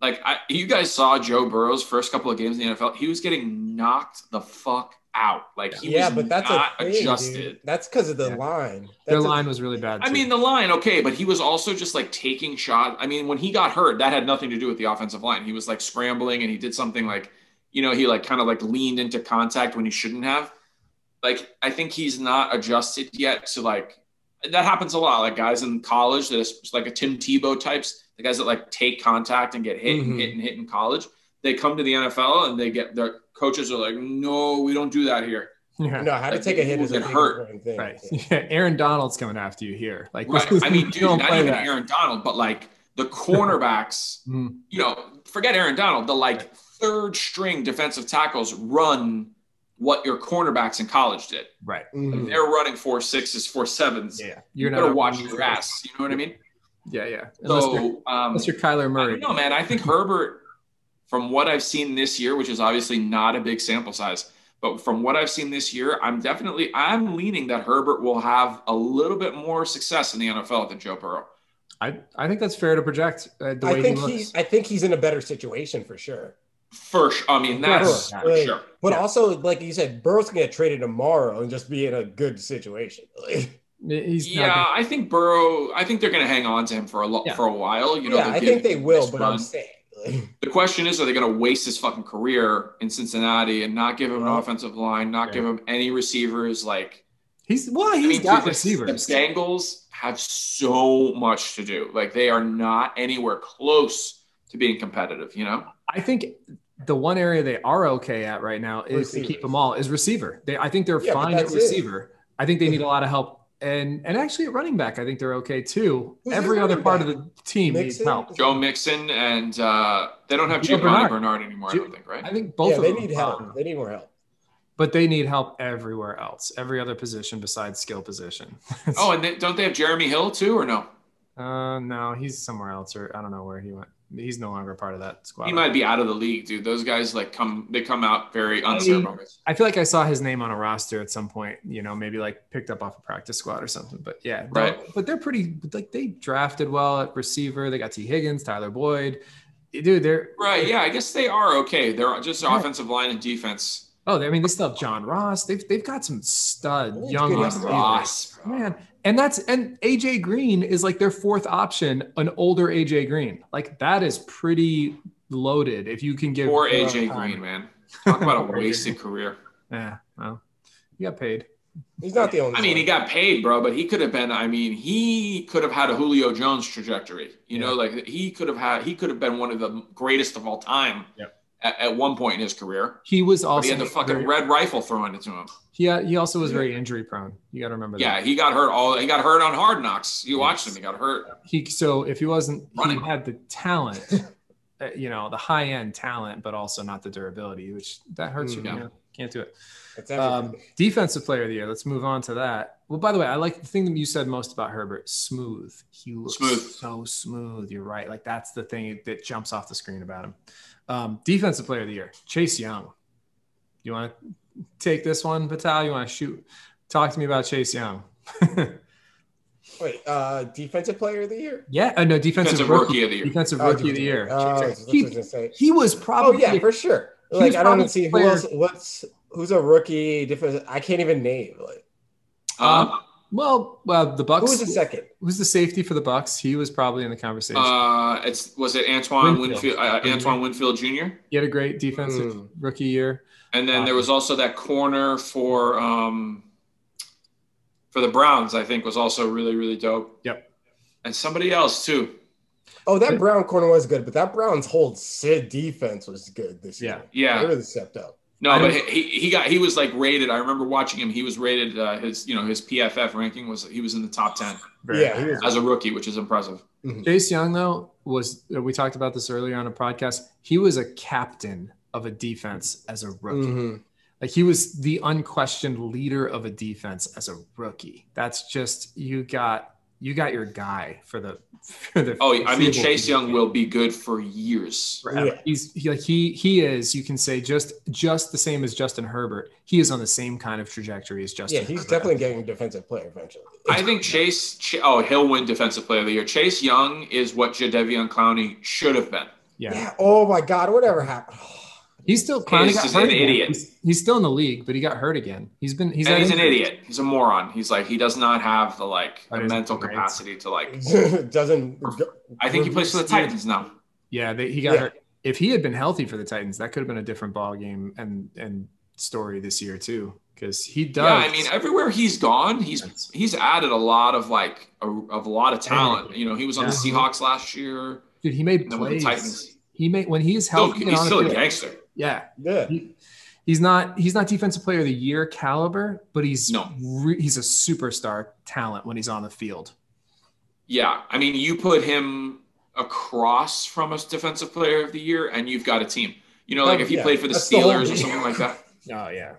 Speaker 4: like I, you guys saw Joe Burrow's first couple of games in the NFL. He was getting knocked the fuck out. Like he
Speaker 3: yeah,
Speaker 4: was
Speaker 3: but that's
Speaker 4: not
Speaker 3: a thing, dude.
Speaker 4: adjusted.
Speaker 3: That's because of the
Speaker 2: Yeah.
Speaker 3: line.
Speaker 2: Their
Speaker 3: That's a-
Speaker 2: line was really bad.
Speaker 4: I
Speaker 2: too.
Speaker 4: mean, the line, okay, but he was also just like taking shots. I mean, when he got hurt, that had nothing to do with the offensive line. He was like scrambling and he did something like, you know, he like kind of like leaned into contact when he shouldn't have. Like, I think he's not adjusted yet to like, that happens a lot. Like guys in college that is like a Tim Tebow types, the guys that like take contact and get hit
Speaker 3: Mhm.
Speaker 4: and hit and hit in college. They come to the NFL and they get their coaches are like, no, we don't do that here.
Speaker 2: yeah.
Speaker 3: No, how to
Speaker 4: Like,
Speaker 3: take a hit is a
Speaker 4: it
Speaker 3: big
Speaker 4: hurt.
Speaker 3: important thing.
Speaker 2: right.
Speaker 3: Yeah.
Speaker 2: Yeah, Aaron Donald's coming after you here. Like,
Speaker 4: Right. I mean, dude,
Speaker 2: don't
Speaker 4: not
Speaker 2: play
Speaker 4: even
Speaker 2: that.
Speaker 4: Aaron Donald, but like the cornerbacks.
Speaker 2: Mm.
Speaker 4: you know, forget Aaron Donald, the like third string defensive tackles run what your cornerbacks in college did.
Speaker 2: Right.
Speaker 3: Mhm.
Speaker 4: They're running four sixes, four sevens.
Speaker 2: Hmm. Yeah.
Speaker 4: You're
Speaker 2: You're
Speaker 4: gonna
Speaker 2: not
Speaker 4: watch your ass. You know what I mean?
Speaker 2: Yeah, yeah. Unless, you're,
Speaker 4: So um,
Speaker 2: unless you're Kyler
Speaker 4: I
Speaker 2: Murray.
Speaker 4: don't know, man. I think Herbert, from what I've seen this year, which is obviously not a big sample size, but from what I've seen this year, I'm definitely I'm leaning that Herbert will have a little bit more success in the NFL than Joe Burrow.
Speaker 2: I, I think that's fair to project uh, the
Speaker 3: I
Speaker 2: way
Speaker 3: think
Speaker 2: he
Speaker 3: he,
Speaker 2: looks.
Speaker 3: I think he's in a better situation for sure.
Speaker 4: For sure. I mean, that's
Speaker 2: sure.
Speaker 4: for
Speaker 3: Like,
Speaker 4: sure.
Speaker 3: But
Speaker 2: Yeah.
Speaker 3: also, like you said, Burrow's gonna get traded tomorrow and just be in a good situation. Like,
Speaker 2: He's not
Speaker 4: yeah, I think Burrow. I think they're going to hang on to him for a lo-
Speaker 2: Yeah.
Speaker 4: for a while. You know,
Speaker 3: yeah,
Speaker 4: they'll
Speaker 3: I
Speaker 4: give
Speaker 3: think they
Speaker 4: him
Speaker 3: will,
Speaker 4: this
Speaker 3: but
Speaker 4: run.
Speaker 3: I'm saying, like,
Speaker 4: the question is, are they going to waste his fucking career in Cincinnati and not give him an
Speaker 3: Well-
Speaker 4: offensive line, not
Speaker 2: Yeah.
Speaker 4: give him any receivers? Like,
Speaker 2: He's well, he's
Speaker 4: I mean,
Speaker 2: got
Speaker 4: the-
Speaker 2: receivers.
Speaker 4: The Bengals have so much to do. Like they are not anywhere close to being competitive. You know,
Speaker 2: I think the one area they are okay at right now is to keep
Speaker 3: Receivers.
Speaker 2: them all is receiver. They I think they're
Speaker 3: Yeah, but
Speaker 2: fine at
Speaker 3: that's it. Mm-hmm.
Speaker 2: receiver. I think they need a lot of help. And and actually at running back, I think they're okay too.
Speaker 3: Who's their
Speaker 2: Every other
Speaker 3: running
Speaker 2: part
Speaker 3: back?
Speaker 2: of the team needs
Speaker 3: Mixon?
Speaker 2: help.
Speaker 4: Joe Mixon and uh, they don't have
Speaker 2: Yeah,
Speaker 4: Giovanni Bernard.
Speaker 2: Bernard.
Speaker 4: anymore. I
Speaker 2: Ju-
Speaker 4: don't think right.
Speaker 2: I think both
Speaker 3: yeah,
Speaker 2: of
Speaker 3: they
Speaker 2: them
Speaker 3: need
Speaker 2: are
Speaker 3: help.
Speaker 2: fine.
Speaker 3: They need more help.
Speaker 2: but they need help everywhere else, every other position besides skill position.
Speaker 4: Oh, and they, don't they have Jeremy Hill too, or no?
Speaker 2: Uh, no, he's somewhere else, or I don't know where he went. He's no longer part of that squad.
Speaker 4: He might be out of the league, dude. Those guys like come they come out very unceremonious.
Speaker 2: I feel like I saw his name on a roster at some point, you know, maybe like picked up off a practice squad or something. But yeah, no,
Speaker 4: Right.
Speaker 2: But they're pretty, like, they drafted well at receiver. They got T. Higgins, Tyler Boyd. Eh, Dude, they're,
Speaker 4: Right? Yeah, I guess they are okay. They're just
Speaker 2: Yeah.
Speaker 4: offensive line and defense.
Speaker 2: oh, I mean, they still have John Ross. They've, they've got some stud
Speaker 3: That's
Speaker 2: young
Speaker 3: good.
Speaker 4: Ross,
Speaker 2: receivers.
Speaker 4: Ross, bro.
Speaker 2: Man, and that's and AJ Green is like their fourth option, an older AJ Green. Like that is pretty loaded if you can give
Speaker 4: poor
Speaker 2: Burrow
Speaker 4: AJ
Speaker 2: time.
Speaker 4: Green, man. Talk about a wasted career.
Speaker 2: Yeah, well, he got paid.
Speaker 3: He's not the only.
Speaker 4: I mean, he got paid, bro, but he could have been. I mean, he could have had a Julio Jones trajectory. You know, like he could have had. He could have been one of the greatest of all time
Speaker 2: Yep.
Speaker 4: at, at one point in his career.
Speaker 2: He was
Speaker 4: But
Speaker 2: also
Speaker 4: he had the fucking
Speaker 2: very,
Speaker 4: red rifle thrown into him.
Speaker 2: he, he also was very injury prone. You got to remember
Speaker 4: Yeah,
Speaker 2: that.
Speaker 4: he got hurt. All he got hurt on Hard Knocks. You watched him. He got hurt.
Speaker 2: He so if he wasn't
Speaker 4: Running.
Speaker 2: he had the talent, uh, you know, the high end talent, but also not the durability, which that hurts you.
Speaker 3: Mm.
Speaker 2: you know? Can't do it.
Speaker 3: That's
Speaker 2: Um,
Speaker 3: everything.
Speaker 2: defensive player of the year. Let's move on to that. Well, by the way, I like the thing that you said most about Herbert. Smooth. He looks
Speaker 4: Smooth.
Speaker 2: so smooth. You're right. Like that's the thing that jumps off the screen about him. Um, defensive player of the year, Chase Young. You want to take this one, Vital? You want to shoot? Talk to me about Chase Young.
Speaker 3: Wait, uh, defensive player of the year.
Speaker 2: yeah, uh, no, defensive,
Speaker 4: Defensive
Speaker 2: rookie,
Speaker 4: rookie of the year.
Speaker 2: Defensive
Speaker 3: Oh,
Speaker 2: rookie of the year. Chase
Speaker 3: Oh, that's
Speaker 2: Young.
Speaker 3: what I was
Speaker 2: he,
Speaker 3: gonna say.
Speaker 2: he was
Speaker 3: Oh
Speaker 2: probably
Speaker 3: yeah, for sure.
Speaker 2: He
Speaker 3: Like
Speaker 2: was
Speaker 3: I don't
Speaker 2: probably
Speaker 3: even see who
Speaker 2: player-
Speaker 3: else. What's who's a rookie? Different. I can't even name. Like
Speaker 4: Um,
Speaker 2: well. Well, the
Speaker 3: who
Speaker 2: Bucks.
Speaker 3: was the second?
Speaker 2: who's the safety for the Bucks? He was probably in the conversation.
Speaker 4: uh, it's was it Antoine
Speaker 2: Um, Winfield. Mm-hmm.
Speaker 4: Winfield, uh, Antoine Winfield Jr.
Speaker 2: he had a great defensive
Speaker 3: Mm.
Speaker 2: rookie year.
Speaker 4: And then
Speaker 2: Uh,
Speaker 4: there was also that corner for um, for the Browns, I think, was also really, really dope.
Speaker 2: Yep.
Speaker 4: And somebody else too.
Speaker 3: Oh, that Brown corner was good, but that Brown's whole Sid defense was good this
Speaker 2: Yeah.
Speaker 3: year. They
Speaker 4: Yeah.
Speaker 3: really stepped up.
Speaker 4: No,
Speaker 2: I
Speaker 4: but
Speaker 2: don't-
Speaker 4: he, he got he was like rated. I remember watching him. He was rated. Uh, his you know his PFF ranking was he was in the top ten
Speaker 3: Yeah, he was.
Speaker 4: as a rookie, which is impressive.
Speaker 2: Chase Young though was uh, we talked about this earlier on a podcast. He was a captain of a defense as a rookie.
Speaker 4: Mm-hmm.
Speaker 3: Mhm.
Speaker 2: Like he was the unquestioned leader of a defense as a rookie. That's just you got you got your guy for the for the
Speaker 4: Oh, I mean
Speaker 2: foreseeable
Speaker 4: Chase
Speaker 2: future.
Speaker 4: Young will be good for years.
Speaker 2: Forever.
Speaker 3: Yeah.
Speaker 2: He's he, like he he is you can say just just the same as Justin Herbert. He is on the same kind of trajectory as Justin.
Speaker 3: Yeah, he's
Speaker 2: Herbert.
Speaker 3: definitely getting defensive player eventually.
Speaker 4: I think Chase. Ch- Oh, he'll win Defensive Player of the Year. Chase Young is what Jadevian Clowney should have been.
Speaker 2: yeah.
Speaker 3: Yeah. Oh my God, whatever happened.
Speaker 2: He's still kind of
Speaker 4: He's
Speaker 2: got
Speaker 4: just
Speaker 2: hurt
Speaker 4: an
Speaker 2: again.
Speaker 4: idiot.
Speaker 2: He's, he's still in the league, but he got hurt again. He's been he's,
Speaker 4: and
Speaker 2: had
Speaker 4: he's an
Speaker 2: injuries.
Speaker 4: idiot. He's a moron. He's like he does not have the like the
Speaker 2: That is
Speaker 4: mental
Speaker 2: great.
Speaker 4: capacity to like.
Speaker 3: Doesn't.
Speaker 4: I think he plays for the
Speaker 2: Yeah.
Speaker 4: Titans now.
Speaker 2: Yeah, they, he got
Speaker 3: Yeah.
Speaker 2: hurt. If he had been healthy for the Titans, that could have been a different ball game and and story this year too, because he does.
Speaker 4: Yeah, I mean everywhere he's gone, he's he's added a lot of like a, of a lot of talent. You know, he was on the
Speaker 2: Yeah.
Speaker 4: Seahawks last year,
Speaker 2: dude, he made
Speaker 4: and then with the
Speaker 2: plays.
Speaker 4: Titans.
Speaker 2: He made when he is
Speaker 4: Still,
Speaker 2: healthy. and
Speaker 4: he's
Speaker 2: on the
Speaker 4: still a
Speaker 2: field-
Speaker 4: gangster.
Speaker 2: yeah,
Speaker 3: Yeah.
Speaker 2: he, he's not he's not defensive player of the year caliber, but he's
Speaker 4: No.
Speaker 2: re- he's a superstar talent when he's on the field.
Speaker 4: Yeah, I mean you put him across from a Defensive Player of the Year, and you've got a team. You know, like if he
Speaker 3: Yeah,
Speaker 4: played for the
Speaker 3: that's the whole
Speaker 4: Steelers or
Speaker 3: team.
Speaker 4: something like that.
Speaker 2: Oh yeah,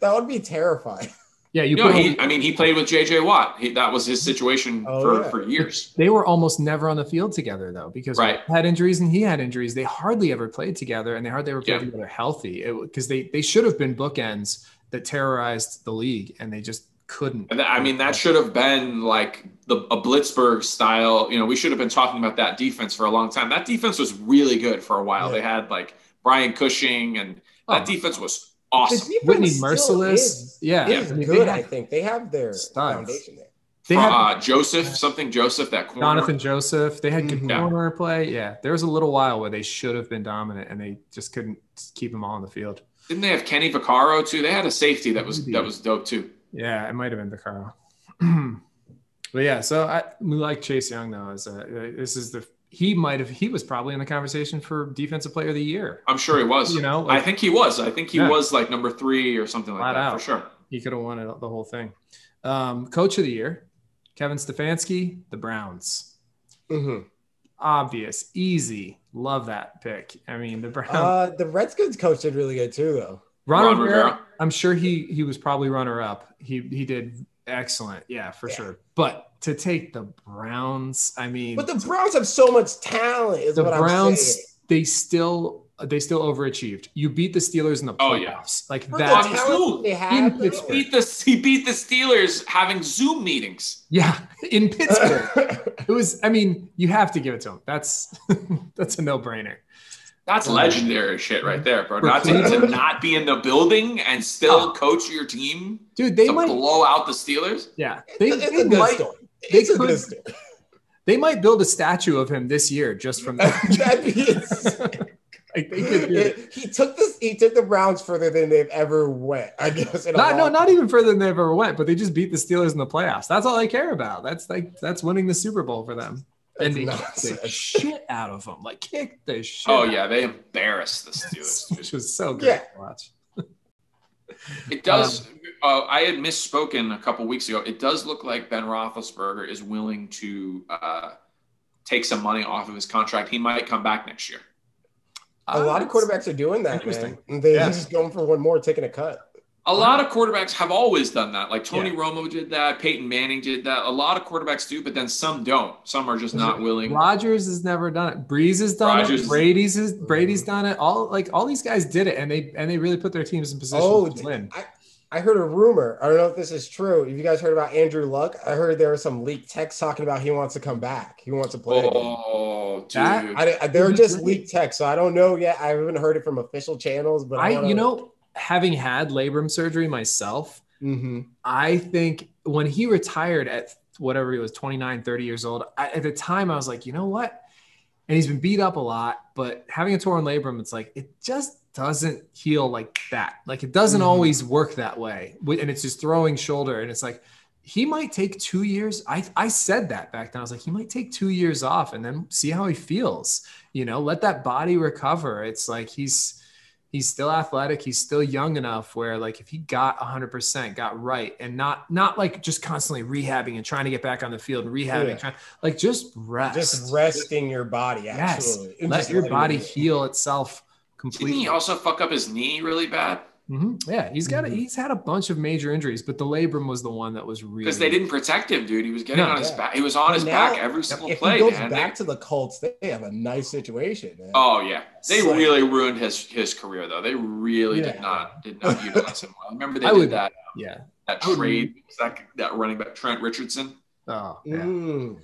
Speaker 3: That would be terrifying.
Speaker 2: yeah. You
Speaker 4: You know,
Speaker 2: put
Speaker 4: he,
Speaker 2: him-
Speaker 4: I mean, he played with JJ Watt. He, that was his situation
Speaker 3: Oh,
Speaker 4: for,
Speaker 3: yeah.
Speaker 4: for years.
Speaker 2: they were almost never on the field together though because
Speaker 4: Right.
Speaker 2: I had injuries and he had injuries they hardly ever played together and they hardly ever played
Speaker 4: Yeah.
Speaker 2: together healthy because they they should have been bookends that terrorized the league and they just couldn't
Speaker 4: And that, I mean, that should have been like the a Blitzberg style. You know, we should have been talking about that defense for a long time. That defense was really good for a while.
Speaker 3: Yeah.
Speaker 4: They had like Brian Cushing, and
Speaker 2: Oh.
Speaker 4: that defense was awesome.
Speaker 3: The defense
Speaker 2: Whitney
Speaker 3: still
Speaker 2: merciless
Speaker 3: is-
Speaker 2: yeah,
Speaker 3: is
Speaker 2: I mean,
Speaker 3: good.
Speaker 2: they
Speaker 3: I
Speaker 2: had,
Speaker 3: think they have their
Speaker 2: Studs.
Speaker 3: foundation there.
Speaker 2: they had
Speaker 4: uh, Joseph, something Joseph, that corner.
Speaker 2: Jonathan Joseph they had good
Speaker 3: Mhm.
Speaker 4: Mm-hmm. Yeah.
Speaker 2: corner play yeah there was a little while where they should have been dominant and they just couldn't keep them all on the field
Speaker 4: Didn't they have Kenny Vaccaro too? They had a safety that was that was dope too.
Speaker 2: Yeah, it might have been Vaccaro. but yeah, so I we like Chase Young though. As a, this is the he might have he was probably in the conversation for defensive player of the year.
Speaker 4: I'm sure he was.
Speaker 2: You know,
Speaker 4: I
Speaker 2: like,
Speaker 4: think he was. I think he
Speaker 2: Yeah.
Speaker 4: was like number three or something like
Speaker 2: Flat
Speaker 4: that
Speaker 2: out.
Speaker 4: for sure.
Speaker 2: he could have won it, the whole thing. Um, coach of the year, Kevin Stefanski, the Browns.
Speaker 3: Mhm.
Speaker 2: Obvious, easy. Love that pick. I mean, the Browns.
Speaker 3: Uh, the Redskins coach did really good too, though.
Speaker 2: Ron
Speaker 4: Ron
Speaker 2: Rivera,
Speaker 4: Rivera.
Speaker 2: I'm sure he he was probably runner up. He he did excellent, yeah, for
Speaker 3: Yeah.
Speaker 2: sure. But to take the Browns, I mean,
Speaker 3: But the Browns have so much talent, is
Speaker 2: the
Speaker 3: what I'm
Speaker 2: Browns
Speaker 3: saying.
Speaker 2: they still they still overachieved. You beat the Steelers in the
Speaker 4: Oh,
Speaker 2: playoffs,
Speaker 4: yeah.
Speaker 2: like
Speaker 3: For the
Speaker 2: that.
Speaker 4: Browns-
Speaker 2: Is,
Speaker 3: talent they have,
Speaker 2: It's
Speaker 4: He beat the he beat the Steelers having Zoom meetings.
Speaker 2: yeah, in Pittsburgh,
Speaker 3: though.
Speaker 2: it was. I mean, you have to give it to them. That's that's a no brainer.
Speaker 4: That's
Speaker 2: Yeah.
Speaker 4: legendary shit right there, bro.
Speaker 2: For
Speaker 4: Not to, to
Speaker 2: Cleveland?
Speaker 4: not be in the building and still coach your team
Speaker 2: Dude, they
Speaker 4: to
Speaker 2: might.
Speaker 4: blow out the Steelers.
Speaker 2: yeah, they,
Speaker 3: It's, it's
Speaker 2: they
Speaker 3: a good
Speaker 2: might.
Speaker 3: story.
Speaker 2: they
Speaker 3: It's a
Speaker 2: could-
Speaker 3: good story.
Speaker 2: They might build a statue of him this year just from that.
Speaker 3: That'd be insane.
Speaker 2: like they could do it.
Speaker 3: he took this. He took the Browns further than they've ever went. I guess. in a
Speaker 2: Not, no,
Speaker 3: long-
Speaker 2: not even further than they've ever went, but they just beat the Steelers in the playoffs. That's all they care about. That's like that's winning the Super Bowl for them. and
Speaker 3: That's
Speaker 2: they kicked the
Speaker 3: nonsense.
Speaker 2: shit out of them, like kicked the shit.
Speaker 4: Oh
Speaker 2: out of
Speaker 4: yeah, they embarrassed the Steelers.
Speaker 2: them,
Speaker 4: dude.
Speaker 2: which was so good
Speaker 3: Yeah.
Speaker 2: to watch.
Speaker 4: It does.
Speaker 3: Um,
Speaker 4: uh, I had misspoken a couple weeks ago. It does look like Ben Roethlisberger is willing to uh, take some money off of his contract. He might come back next year.
Speaker 3: A lot of quarterbacks are doing that, man.
Speaker 2: Interesting.
Speaker 3: They're
Speaker 2: Yeah.
Speaker 3: just going for one more, taking a cut.
Speaker 4: A lot of quarterbacks have always done that. Like Tony Romo did that. Peyton Manning did that. A lot of quarterbacks do, but then some don't. Some are just not willing.
Speaker 2: Rodgers has never done it. Breeze has done
Speaker 4: Rodgers-
Speaker 2: it. Brady's has, Brady's done it. All like all these guys did it, and they and they really put their teams in position
Speaker 3: Oh,
Speaker 2: to
Speaker 3: d-
Speaker 2: win.
Speaker 3: I, I heard a rumor. I don't know if this is true. Have you guys heard about Andrew Luck? I heard there was some leaked text talking about he wants to come back. He wants to play. again.
Speaker 4: Oh, dude.
Speaker 2: That-
Speaker 3: I, I- they're just
Speaker 2: Mhm.
Speaker 3: leaked text, so I don't know yet. I haven't heard it from official channels, but I,
Speaker 2: I,
Speaker 3: wanna-
Speaker 2: you know, having had labrum surgery myself,
Speaker 3: Mhm.
Speaker 2: I think when he retired at whatever he was 29, 30 years old, I, at the time I was like, you know what? And he's been beat up a lot, but having a torn labrum, it's like it just doesn't heal like that. Like it doesn't
Speaker 3: Mhm.
Speaker 2: always work that way. Wi- And it's just throwing shoulder, and it's like he might take two years. I I said that back then. I was like, he might take two years off and then see how he feels. You know, let that body recover. It's like he's he's still athletic he's still young enough where like if he got 100% got right and not not like just constantly rehabbing and trying to get back on the field and rehabbing
Speaker 3: Yeah.
Speaker 2: trying, like just rest
Speaker 3: just resting your body.
Speaker 2: Yes.
Speaker 3: Absolutely,
Speaker 2: let
Speaker 3: Just
Speaker 2: your
Speaker 3: letting
Speaker 2: body
Speaker 3: it-
Speaker 2: heal itself
Speaker 4: Didn't
Speaker 2: completely
Speaker 4: he also fuck up his knee really bad?
Speaker 2: Mhm. yeah he's got
Speaker 3: Mhm.
Speaker 2: he's had a bunch of major injuries but the labrum was the one that was really
Speaker 4: Because they didn't protect him, dude. He was getting
Speaker 2: No.
Speaker 4: on his
Speaker 3: Yeah.
Speaker 4: back. He was on his
Speaker 3: Now,
Speaker 4: back every single
Speaker 3: If
Speaker 4: play,
Speaker 3: he goes
Speaker 4: man. They-
Speaker 3: back to the Colts, they have a nice situation. man.
Speaker 4: Oh yeah, they
Speaker 3: Slam.
Speaker 4: really ruined his his career though. They really did
Speaker 3: Yeah.
Speaker 4: not did not utilize him well. Remember they
Speaker 2: I
Speaker 4: did
Speaker 2: would-
Speaker 4: that
Speaker 2: yeah
Speaker 4: that
Speaker 2: I would-
Speaker 4: trade was that that running back Trent Richardson.
Speaker 2: oh yeah
Speaker 3: Mm.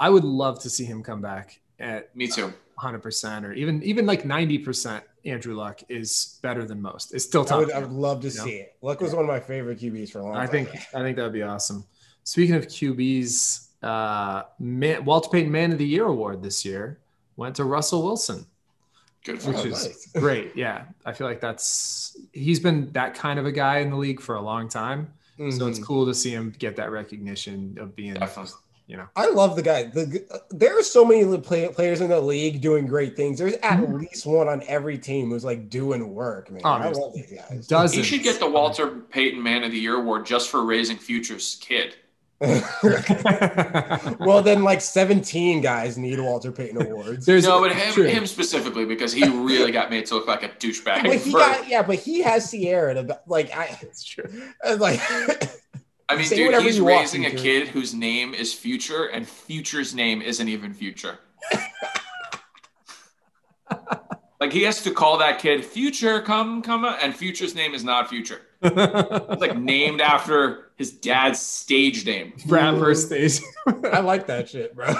Speaker 2: i would love to see him come back at
Speaker 4: Me too.
Speaker 2: 100% or even even like 90% andrew luck is better than most it's still
Speaker 3: I,
Speaker 2: top
Speaker 3: would, I would love to
Speaker 2: Yeah.
Speaker 3: see it. Luck was one of my favorite QBs for a long
Speaker 2: I
Speaker 3: time.
Speaker 2: think I think that would be awesome. Speaking of QBs, uh, man, Walter Payton Man of the Year award this year went to Russell Wilson.
Speaker 4: Good for
Speaker 2: Which
Speaker 4: him.
Speaker 2: is Great, yeah. I feel like that's he's been that kind of a guy in the league for a long time, so it's
Speaker 3: Mhm.
Speaker 2: cool to see him get that recognition of being.
Speaker 4: Mm-hmm. Definitely.
Speaker 2: You know,
Speaker 3: I love the guy. The, there are so many li- play, players in the league doing great things. There's at
Speaker 2: Mhm.
Speaker 3: least one on every team who's like doing work, man. I
Speaker 2: Obviously.
Speaker 3: love these guys.
Speaker 2: does
Speaker 4: He should get the Walter Payton Man of the Year award just for raising Future's kid.
Speaker 3: well, then like 17 guys need Walter Payton awards.
Speaker 2: There's
Speaker 4: No, but him,
Speaker 2: true.
Speaker 4: him specifically because he really got made to look like a douchebag.
Speaker 3: But he
Speaker 4: for-
Speaker 3: got, yeah, but he has Sierra. To, like I,
Speaker 2: It's true.
Speaker 3: I was like,
Speaker 4: I mean,
Speaker 3: say
Speaker 4: dude,
Speaker 3: whatever
Speaker 4: he's
Speaker 3: you want,
Speaker 4: raising a
Speaker 3: Future.
Speaker 4: kid whose name is Future, and Future's name isn't even Future. like he has to call that kid Future, come, come, and Future's name is not Future. It's like named after his dad's stage name.
Speaker 2: Rapper stage.
Speaker 3: I like that shit, bro.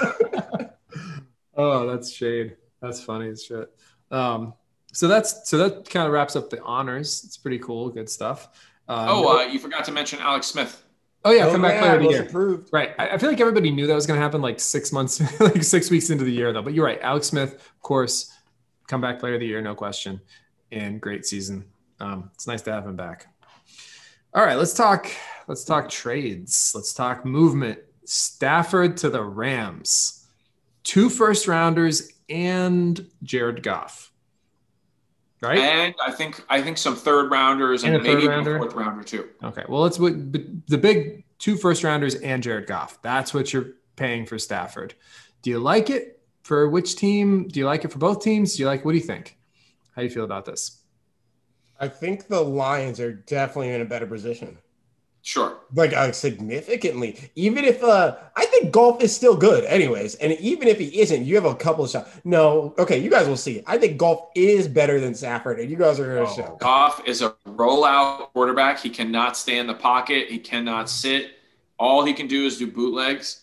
Speaker 2: Oh, that's shade. That's funny as shit. Um, so that's so that kind of wraps up the honors. It's pretty cool. Good stuff. Uh,
Speaker 4: Oh, uh, you forgot to mention Alex Smith.
Speaker 2: oh yeah,
Speaker 3: Oh,
Speaker 2: come back player of the
Speaker 3: most
Speaker 2: year.
Speaker 3: Approved.
Speaker 2: Right. I, I feel like everybody knew that was going to happen like six months, like six weeks into the year though. But you're right. Alex Smith, of course, comeback player of the year, no question, and great season. Um, it's nice to have him back. All right, let's talk. Let's talk trades. Let's talk movement. Stafford to the Rams, two first rounders and Jared Goff. Right.
Speaker 4: And I think I think some third rounders and,
Speaker 2: And a third
Speaker 4: maybe even
Speaker 2: rounder.
Speaker 4: a fourth rounder too.
Speaker 2: Okay. Well, it's what but the big two first rounders and Jared Goff. That's what you're paying for Stafford. Do you like it for which team? Do you like it for both teams? Do you like? What do you think? How do you feel about this?
Speaker 3: I think the Lions are definitely in a better position.
Speaker 4: Sure.
Speaker 3: Like uh, significantly, even if uh, I think golf is still good, anyways. And even if he isn't, you have a couple of shots. No, okay, you guys will see. I think golf is better than Safford, and you guys are
Speaker 2: Oh.
Speaker 3: gonna show.
Speaker 4: Goff is a rollout quarterback. He cannot stay in the pocket. He cannot sit. All he can do is do bootlegs.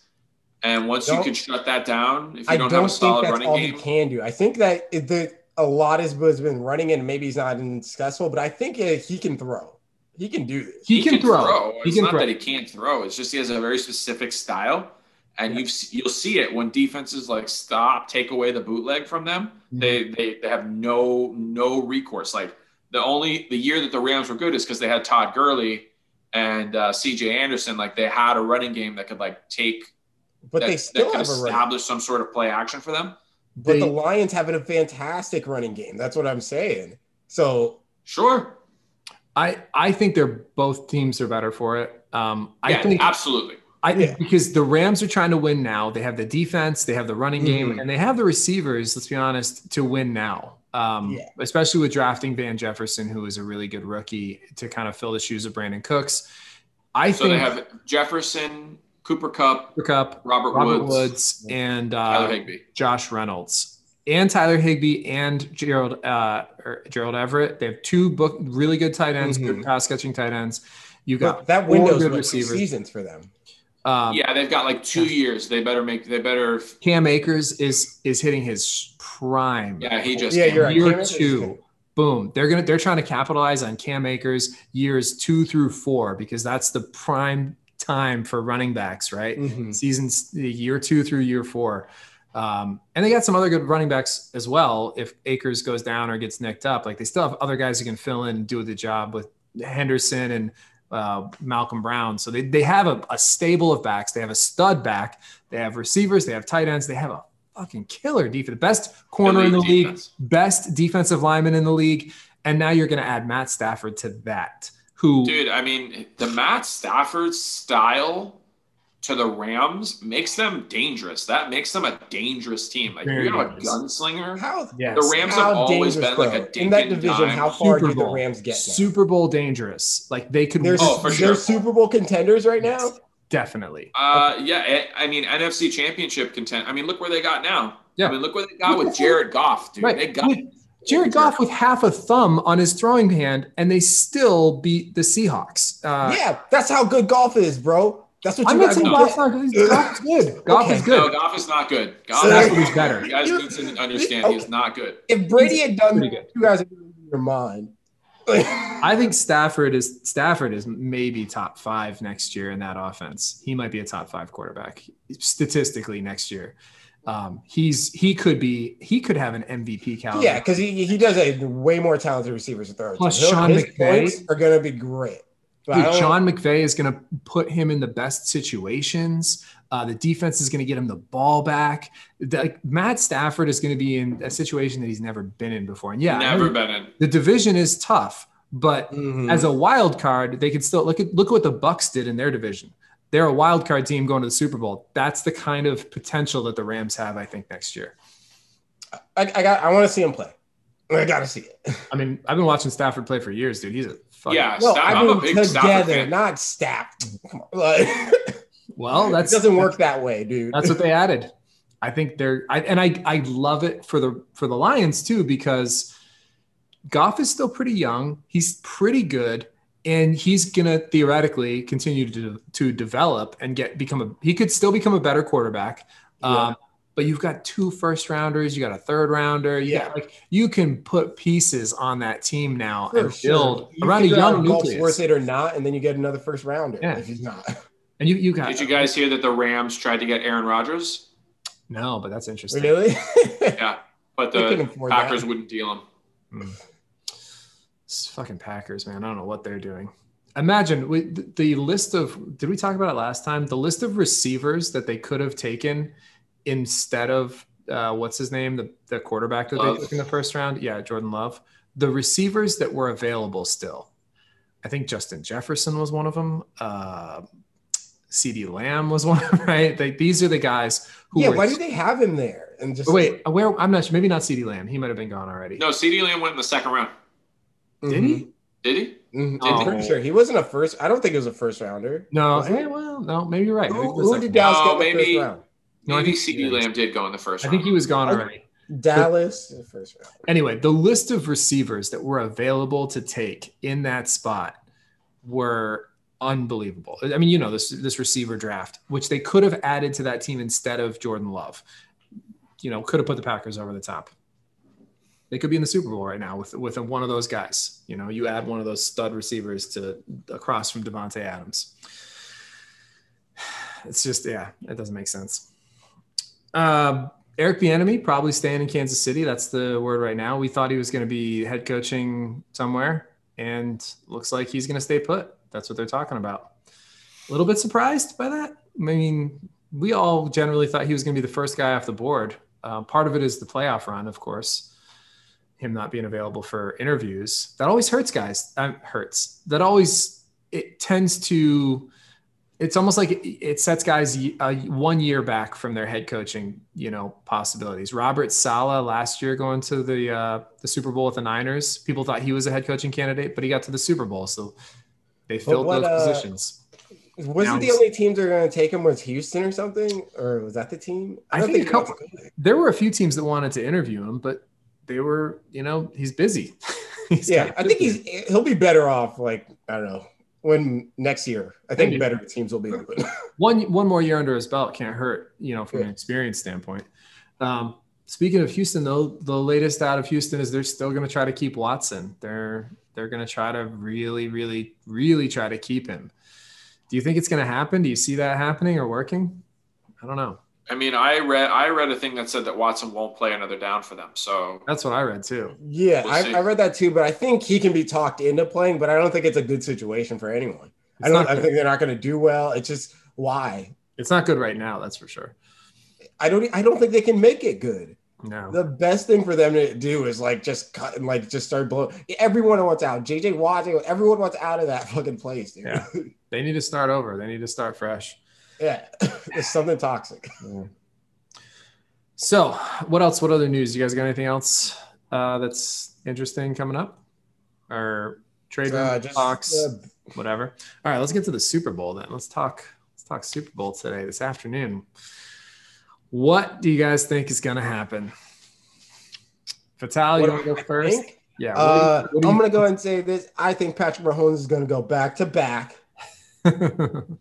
Speaker 4: And once you
Speaker 3: Don't-
Speaker 4: can shut that down, if you
Speaker 3: I
Speaker 4: don't,
Speaker 3: don't,
Speaker 4: have a
Speaker 3: think
Speaker 4: solid
Speaker 3: that's
Speaker 4: running
Speaker 3: all
Speaker 4: game,
Speaker 3: he can do. I think that it- the, a lot has has been running, and maybe he's not been successful, but I think uh, he can throw. He can do this.
Speaker 2: He, can, throw. He
Speaker 4: It's
Speaker 2: can
Speaker 4: not
Speaker 2: throw.
Speaker 4: that he can't throw. It's just he has a very specific style, and you've s- you'll see it when defenses like stop, take away the bootleg from them.
Speaker 2: Mm-hmm.
Speaker 4: They they they have no no recourse. Like the only the year that the Rams were good is because they had Todd Gurley and uh, C.J. Anderson. Like they had a running game that could like take
Speaker 3: But
Speaker 4: that,
Speaker 3: they
Speaker 4: that
Speaker 3: still
Speaker 4: could
Speaker 3: have a run.
Speaker 4: establish some sort of play action for them.
Speaker 3: But
Speaker 2: They-
Speaker 3: the Lions have a fantastic running game. That's what I'm saying. So
Speaker 4: Sure,
Speaker 2: I I think they're both teams are better for it. Um,
Speaker 4: yeah,
Speaker 2: I think
Speaker 4: absolutely.
Speaker 2: I think
Speaker 3: Yeah.
Speaker 2: because the Rams are trying to win now. They have the defense, they have the running game,
Speaker 3: Mhm.
Speaker 2: and they have the receivers. Let's be honest, to win now. Um,
Speaker 3: Yeah.
Speaker 2: Especially with drafting Van Jefferson, who is a really good rookie, to kind of fill the shoes of Brandon Cooks. I
Speaker 4: So
Speaker 2: think
Speaker 4: they have Jefferson, Cooper Cup,
Speaker 2: Cooper Cup,
Speaker 4: Robert,
Speaker 2: Robert
Speaker 4: Woods,
Speaker 2: Woods, and
Speaker 4: Tyler
Speaker 2: uh,
Speaker 4: Higbee.
Speaker 2: Josh Reynolds, and Tyler Higbee and Gerald uh, or Gerald Everett. They have two book really good tight ends, good
Speaker 3: Mhm.
Speaker 2: pass catching tight ends. You got
Speaker 3: but that
Speaker 2: four
Speaker 3: window's
Speaker 2: good
Speaker 3: like
Speaker 2: receivers.
Speaker 3: seasons for them.
Speaker 2: um,
Speaker 4: yeah, they've got like two years. They better make. They better.
Speaker 2: Cam Akers is is hitting his prime.
Speaker 4: Yeah, he just.
Speaker 3: Yeah,
Speaker 4: came.
Speaker 3: you're right.
Speaker 2: Year
Speaker 3: Cam Akers is
Speaker 2: two.
Speaker 3: good.
Speaker 2: Boom. They're gonna they're trying to capitalize on Cam Akers years two through four because that's the prime time for running backs,
Speaker 4: Mm-hmm.
Speaker 2: right?
Speaker 3: Mhm.
Speaker 2: Seasons year two through year four. Um, and they got some other good running backs as well. If Akers goes down or gets nicked up, like they still have other guys who can fill in and do the job with Henderson and uh, Malcolm Brown. So they, they have a, a stable of backs. They have a stud back. They have receivers. They have tight ends. They have a fucking killer defense, best corner in the
Speaker 4: Elite
Speaker 2: league,
Speaker 4: defense.
Speaker 2: best defensive lineman in the league. And now you're going to add Matt Stafford to that, who
Speaker 4: Dude, I mean, the Matt Stafford style to the Rams makes them dangerous. That makes them a dangerous team. Like
Speaker 2: Very
Speaker 4: you have a
Speaker 2: dangerous.
Speaker 4: gunslinger.
Speaker 3: How
Speaker 2: Yes.
Speaker 4: The Rams have always been like a
Speaker 3: though? in that
Speaker 4: dink and
Speaker 3: division.
Speaker 4: dime.
Speaker 3: How far
Speaker 2: Super
Speaker 3: did the
Speaker 2: Bowl.
Speaker 3: Rams get? Now?
Speaker 2: Super Bowl dangerous. Like they could
Speaker 3: They're,
Speaker 2: win-
Speaker 4: Oh, for
Speaker 3: they're
Speaker 4: sure.
Speaker 3: Super Bowl contenders right now.
Speaker 2: Yes, definitely.
Speaker 4: Uh, yeah, eh, I mean NFC Championship content. I mean, look where they got now.
Speaker 2: Yeah.
Speaker 4: I mean, look where they got
Speaker 2: What
Speaker 4: with
Speaker 2: the hell?
Speaker 4: Jared Goff, dude.
Speaker 2: Right.
Speaker 4: They got
Speaker 2: With Jared Goff with half a thumb on his throwing hand, and they still beat the Seahawks. Uh,
Speaker 3: yeah, that's how good golf is, bro. That's what
Speaker 2: I'm
Speaker 3: you
Speaker 2: not
Speaker 3: guys
Speaker 2: saying
Speaker 4: No.
Speaker 2: Goff's not good. Goff is good. Goff
Speaker 3: Okay.
Speaker 2: is
Speaker 4: No,
Speaker 2: good.
Speaker 4: Goff is not good. Goff
Speaker 3: So-
Speaker 4: is
Speaker 2: That's
Speaker 4: not
Speaker 2: who's
Speaker 4: good.
Speaker 2: better.
Speaker 4: You guys
Speaker 3: You-
Speaker 4: need to understand he is not good.
Speaker 3: If Brady had done
Speaker 2: Pretty
Speaker 3: that,
Speaker 2: good.
Speaker 3: you guys would lose your mind.
Speaker 2: I think Stafford is Stafford is maybe top five next year in that offense. He might be a top five quarterback statistically next year. Um, he's he could be he could have an MVP caliber.
Speaker 3: yeah, because he, he does a way more talented receivers to throw. to.
Speaker 2: Plus
Speaker 3: He'll-
Speaker 2: Sean
Speaker 3: his
Speaker 2: McVay.
Speaker 3: points are gonna be great. But I
Speaker 2: Dude,
Speaker 3: don't-
Speaker 2: Sean McVay is going to put him in the best situations. Uh, the defense is going to get him the ball back. The- like, Matt Stafford is going to be in a situation that he's never been in before. And yeah, I know
Speaker 4: Never been in.
Speaker 2: the division is tough, but
Speaker 3: Mhm.
Speaker 2: as a wild card, they could still look at look what the Bucks did in their division. They're a wild card team going to the Super Bowl. That's the kind of potential that the Rams have, I think, next year.
Speaker 3: I, I got I want to see him play. I gotta see it.
Speaker 2: I mean, I've been watching Stafford play for years, dude. He's a fucking
Speaker 4: Yeah,
Speaker 3: No,
Speaker 4: Staff-
Speaker 3: I
Speaker 4: I'm a
Speaker 3: mean
Speaker 4: big Stafford
Speaker 3: together,
Speaker 4: fan.
Speaker 3: not stacked. Come on, like,
Speaker 2: well. That's
Speaker 3: it doesn't work that way, dude.
Speaker 2: That's what they added. I think they're I, and I I love it for the for the Lions too because Goff is still pretty young. He's pretty good and he's going to theoretically continue to to develop and get become a he could still become a better quarterback.
Speaker 3: Yeah.
Speaker 2: Um but you've got two first rounders, you got a third rounder. You
Speaker 3: Yeah.
Speaker 2: got, like you can put pieces on that team now
Speaker 3: For
Speaker 2: and
Speaker 3: sure.
Speaker 2: build
Speaker 3: You
Speaker 2: around a
Speaker 3: figure out
Speaker 2: young
Speaker 3: if Goff's
Speaker 2: nucleus.
Speaker 3: worth it or not, and then you get another first rounder
Speaker 2: Yeah.
Speaker 3: if he's not.
Speaker 2: And you you got
Speaker 4: Did you guys hear that the Rams tried to get Aaron Rodgers,
Speaker 2: No, but that's interesting.
Speaker 3: Really?
Speaker 4: but
Speaker 3: They couldn't
Speaker 4: the
Speaker 3: afford that.
Speaker 4: Packers wouldn't deal him?
Speaker 2: It's fucking Packers, man. I don't know what they're doing. imagine we, th- the list of did we talk about it last time the list of receivers that they could have taken instead of uh, what's his name the, the quarterback that
Speaker 4: Love.
Speaker 2: they took in the first round yeah jordan love the receivers that were available still i think justin jefferson was one of them uh, cd lamb was one right they, these are the guys who
Speaker 3: yeah,
Speaker 2: were,
Speaker 3: why do they have him there? And just
Speaker 2: wait uh, where i'm not sure maybe not cd lamb he might have been gone already
Speaker 4: No, CD Lamb went in the second round.
Speaker 2: did
Speaker 3: Mm-hmm.
Speaker 2: he
Speaker 4: Did he?
Speaker 2: Mm-hmm.
Speaker 3: Mhm.
Speaker 4: Oh.
Speaker 3: I'm pretty sure he wasn't a first. I don't think it was a first rounder.
Speaker 2: no
Speaker 3: Was he?
Speaker 2: eh, well no maybe you're right Maybe
Speaker 3: Who,
Speaker 2: it was
Speaker 3: who
Speaker 2: like-
Speaker 3: did Dallas
Speaker 4: No,
Speaker 3: get in the
Speaker 4: maybe-
Speaker 3: first round?
Speaker 2: No, I
Speaker 4: Maybe
Speaker 2: think
Speaker 4: CD
Speaker 2: he did.
Speaker 4: Lamb did go in the first
Speaker 2: i
Speaker 4: round.
Speaker 2: think he was gone
Speaker 3: I-
Speaker 2: already
Speaker 3: Dallas in the first round.
Speaker 2: anyway, the list of receivers that were available to take in that spot were unbelievable. I mean, you know, this this receiver draft, which they could have added to that team instead of Jordan Love. You know, could have put the Packers over the top. They could be in the Super Bowl right now with with one of those guys. You know, you add one of those stud receivers to across from Devonte Adams. It's just yeah, it doesn't make sense. Um, Eric Bieniemy probably staying in Kansas City. That's the word right now. We thought he was going to be head coaching somewhere, and looks like he's going to stay put. That's what they're talking about. A little bit surprised by that. I mean, we all generally thought he was going to be the first guy off the board. Uh, part of it is the playoff run, of course. Him not being available for interviews that always hurts guys. Um, hurts. That always it tends to it's almost like it- it sets guys uh, one year back from their head coaching, you know, possibilities. Robert Sala last year going to the uh, the Super Bowl with the Niners, people thought he was a head coaching candidate, but he got to the Super Bowl, so they filled
Speaker 3: what,
Speaker 2: those
Speaker 3: uh,
Speaker 2: positions.
Speaker 3: Wasn't the
Speaker 2: Dallas.
Speaker 3: only teams that were going to take him was Houston or something, or was that the team?
Speaker 2: I
Speaker 3: don't
Speaker 2: think a
Speaker 3: that's
Speaker 2: couple-
Speaker 3: good.
Speaker 2: There were a few teams that wanted to interview him, but they were, you know, he's busy. He's
Speaker 3: Yeah,
Speaker 2: kinda
Speaker 3: I think
Speaker 2: busy.
Speaker 3: he's he'll be better off. Like I don't know when next year. I think
Speaker 2: Maybe.
Speaker 3: better teams will be open.
Speaker 2: one one more year under his belt can't hurt, you know, from an experience standpoint. Um, speaking of Houston, though, the latest out of Houston is they're still going to try to keep Watson. They're they're going to try to really, really, really try to keep him. Do you think it's going to happen? Do you see that happening or working? I don't know.
Speaker 4: I mean, I read I read a thing that said that Watson won't play another down for them. So
Speaker 2: That's what I read too.
Speaker 3: yeah,
Speaker 4: We'll see.
Speaker 3: I, I read that too, but I think he can be talked into playing. But I don't think it's a good situation for anyone.
Speaker 2: It's
Speaker 3: I don't.
Speaker 2: not
Speaker 3: I
Speaker 2: good.
Speaker 3: think they're not going to do well. It's just why
Speaker 2: It's not good right now. That's for sure.
Speaker 3: I don't. I don't think they can make it good.
Speaker 2: No.
Speaker 3: The best thing for them to do is like just cut and like just start blowing. Everyone wants out. JJ Watt, everyone wants out of that fucking place, dude.
Speaker 2: Yeah.
Speaker 3: Yeah,
Speaker 2: They need to start over. They need to start fresh.
Speaker 3: it's something toxic.
Speaker 2: So, what else? What other news? You guys got anything else uh, that's interesting coming up? Or trade
Speaker 3: Uh,
Speaker 2: rumors,
Speaker 3: just,
Speaker 2: talks,
Speaker 3: uh,
Speaker 2: whatever. All right, let's get to the Super Bowl then. Let's talk. Let's talk Super Bowl today, this afternoon. What do you guys think is going to happen? Vital,
Speaker 3: What
Speaker 2: you
Speaker 3: do
Speaker 2: want to go
Speaker 3: I
Speaker 2: first?
Speaker 3: think-
Speaker 2: Yeah. what do you-
Speaker 3: Uh,
Speaker 2: what do
Speaker 3: I'm
Speaker 2: you-
Speaker 3: gonna go and say this. I think Patrick Mahomes is gonna go back to back.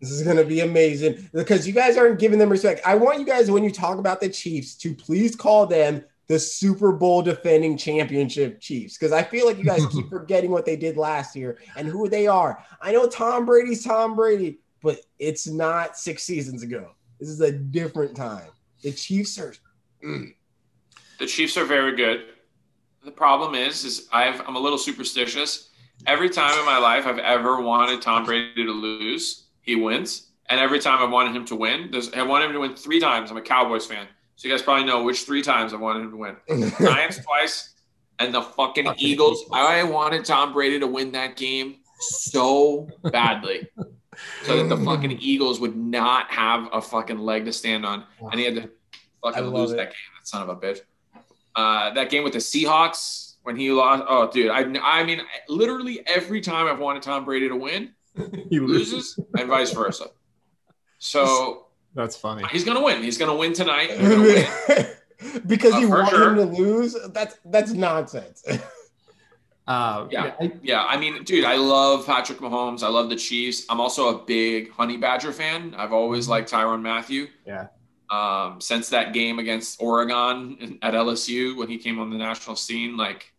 Speaker 3: This is gonna be amazing because you guys aren't giving them respect. I want you guys when you talk about the Chiefs to please call them the Super Bowl defending championship Chiefs because I feel like you guys keep forgetting what they did last year and who they are. I know Tom Brady's Tom Brady, but it's not six seasons ago. This is a different time. The Chiefs are
Speaker 4: the Chiefs are very good. The problem is, is I've I'm a little superstitious. Every time in my life I've ever wanted Tom Brady to lose, he wins. And every time I wanted him to win, there's I wanted him to win three times. I'm a Cowboys fan, so you guys probably know which three times I wanted him to win. Giants twice and the fucking
Speaker 2: Fucking
Speaker 4: Eagles.
Speaker 2: Eagles.
Speaker 4: I wanted Tom Brady to win that game so badly so that the fucking Eagles would not have a fucking leg to stand on. And he had to
Speaker 3: I
Speaker 4: fucking
Speaker 3: love
Speaker 4: lose
Speaker 3: it.
Speaker 4: that game, that son of a bitch. Uh, that game with the Seahawks when he lost. Oh, dude. I, I mean, literally every time I've wanted Tom Brady to win,
Speaker 2: he
Speaker 4: he loses and vice versa. So
Speaker 2: That's funny.
Speaker 4: he's going to win. He's going to win tonight. He's gonna win.
Speaker 3: because
Speaker 4: Uh,
Speaker 3: you
Speaker 4: for
Speaker 3: want
Speaker 4: sure.
Speaker 3: him to lose. That's that's nonsense.
Speaker 2: Uh,
Speaker 4: Yeah.
Speaker 2: I-
Speaker 4: Yeah, I mean, dude, I love Patrick Mahomes. I love the Chiefs. I'm also a big Honey Badger fan. I've always liked Tyron Matthew.
Speaker 2: Mm-hmm. Yeah.
Speaker 4: Um, since that game against Oregon in- at LSU when he came on the national scene, like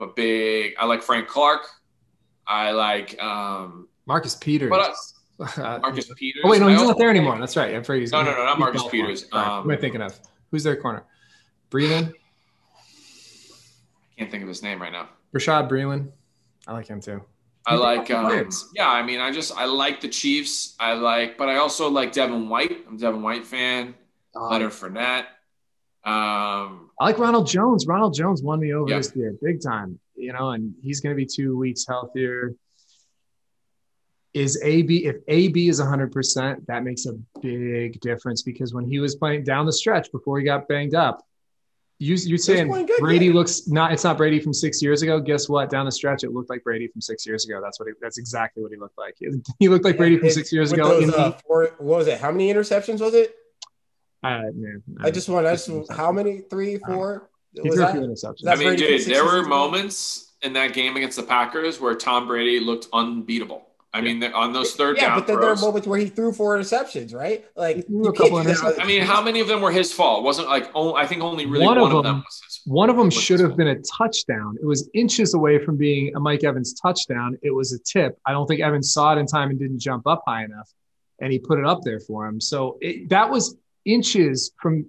Speaker 4: I'm a big. I like Frank Clark. I like um,
Speaker 2: Marcus Peters.
Speaker 4: but
Speaker 2: Uh,
Speaker 4: I, Marcus Peters.
Speaker 2: oh wait, no,
Speaker 4: I
Speaker 2: he's
Speaker 4: also-
Speaker 2: not there anymore. That's right. I'm afraid he's
Speaker 4: No, no, no, not
Speaker 2: he's
Speaker 4: Marcus
Speaker 2: gone.
Speaker 4: Peters.
Speaker 2: Sorry,
Speaker 4: Um,
Speaker 2: who am I thinking of? Who's their corner? Breland,
Speaker 4: Can't think of his name right now.
Speaker 2: Rashad Breland. I like him too.
Speaker 4: I
Speaker 2: You
Speaker 4: like,
Speaker 2: the
Speaker 4: um,
Speaker 2: Bears.
Speaker 4: yeah, I mean, I just I like the Chiefs. I like, but I also like Devin White. I'm a Devin White fan. Leonard Fournette. Um,
Speaker 2: I like Ronald Jones. Ronald Jones won me over
Speaker 4: Yeah.
Speaker 2: this year, big time. You know, and he's going to be two weeks healthier. Is AB if AB is 100%, that makes a big difference because when he was playing down the stretch before he got banged up, you you saying
Speaker 3: playing good,
Speaker 2: Brady
Speaker 3: yeah.
Speaker 2: looks not it's not Brady from 6 years ago. Guess what? Down the stretch it looked like Brady from 6 years ago. That's what he, that's exactly what he looked like. He, he looked like Brady from
Speaker 3: It's-
Speaker 2: 6 years
Speaker 3: with
Speaker 2: ago.
Speaker 3: those,
Speaker 2: in the-
Speaker 3: uh, four- what was it? How many interceptions was it?
Speaker 2: uh, man,
Speaker 3: I just want. I just how many? Three,
Speaker 2: don't know.
Speaker 3: four.
Speaker 2: he
Speaker 3: Was
Speaker 2: threw a few
Speaker 3: that?
Speaker 2: interceptions.
Speaker 4: I
Speaker 3: That's
Speaker 4: mean,
Speaker 3: Brady from
Speaker 4: dude,
Speaker 3: six
Speaker 4: there were
Speaker 3: seasons ago.
Speaker 4: moments in that game against the Packers where Tom Brady looked unbeatable. I mean, on those third
Speaker 3: Yeah,
Speaker 4: down
Speaker 3: but then there are
Speaker 4: throws.
Speaker 3: moments where he threw four interceptions, right? Like
Speaker 2: He threw
Speaker 3: you
Speaker 2: a
Speaker 3: can't
Speaker 2: couple
Speaker 3: do that.
Speaker 4: I mean, how many of them were his fault? Wasn't like oh, I think only really
Speaker 2: One
Speaker 4: one,
Speaker 2: of
Speaker 4: of
Speaker 2: them-
Speaker 4: them was his.
Speaker 2: One of them
Speaker 4: Which
Speaker 2: should
Speaker 4: is
Speaker 2: have
Speaker 4: cool.
Speaker 2: been a touchdown. It was inches away from being a Mike Evans touchdown. It was a tip. I don't think Evans saw it in time and didn't jump up high enough, and he put it up there for him. So it, that was inches from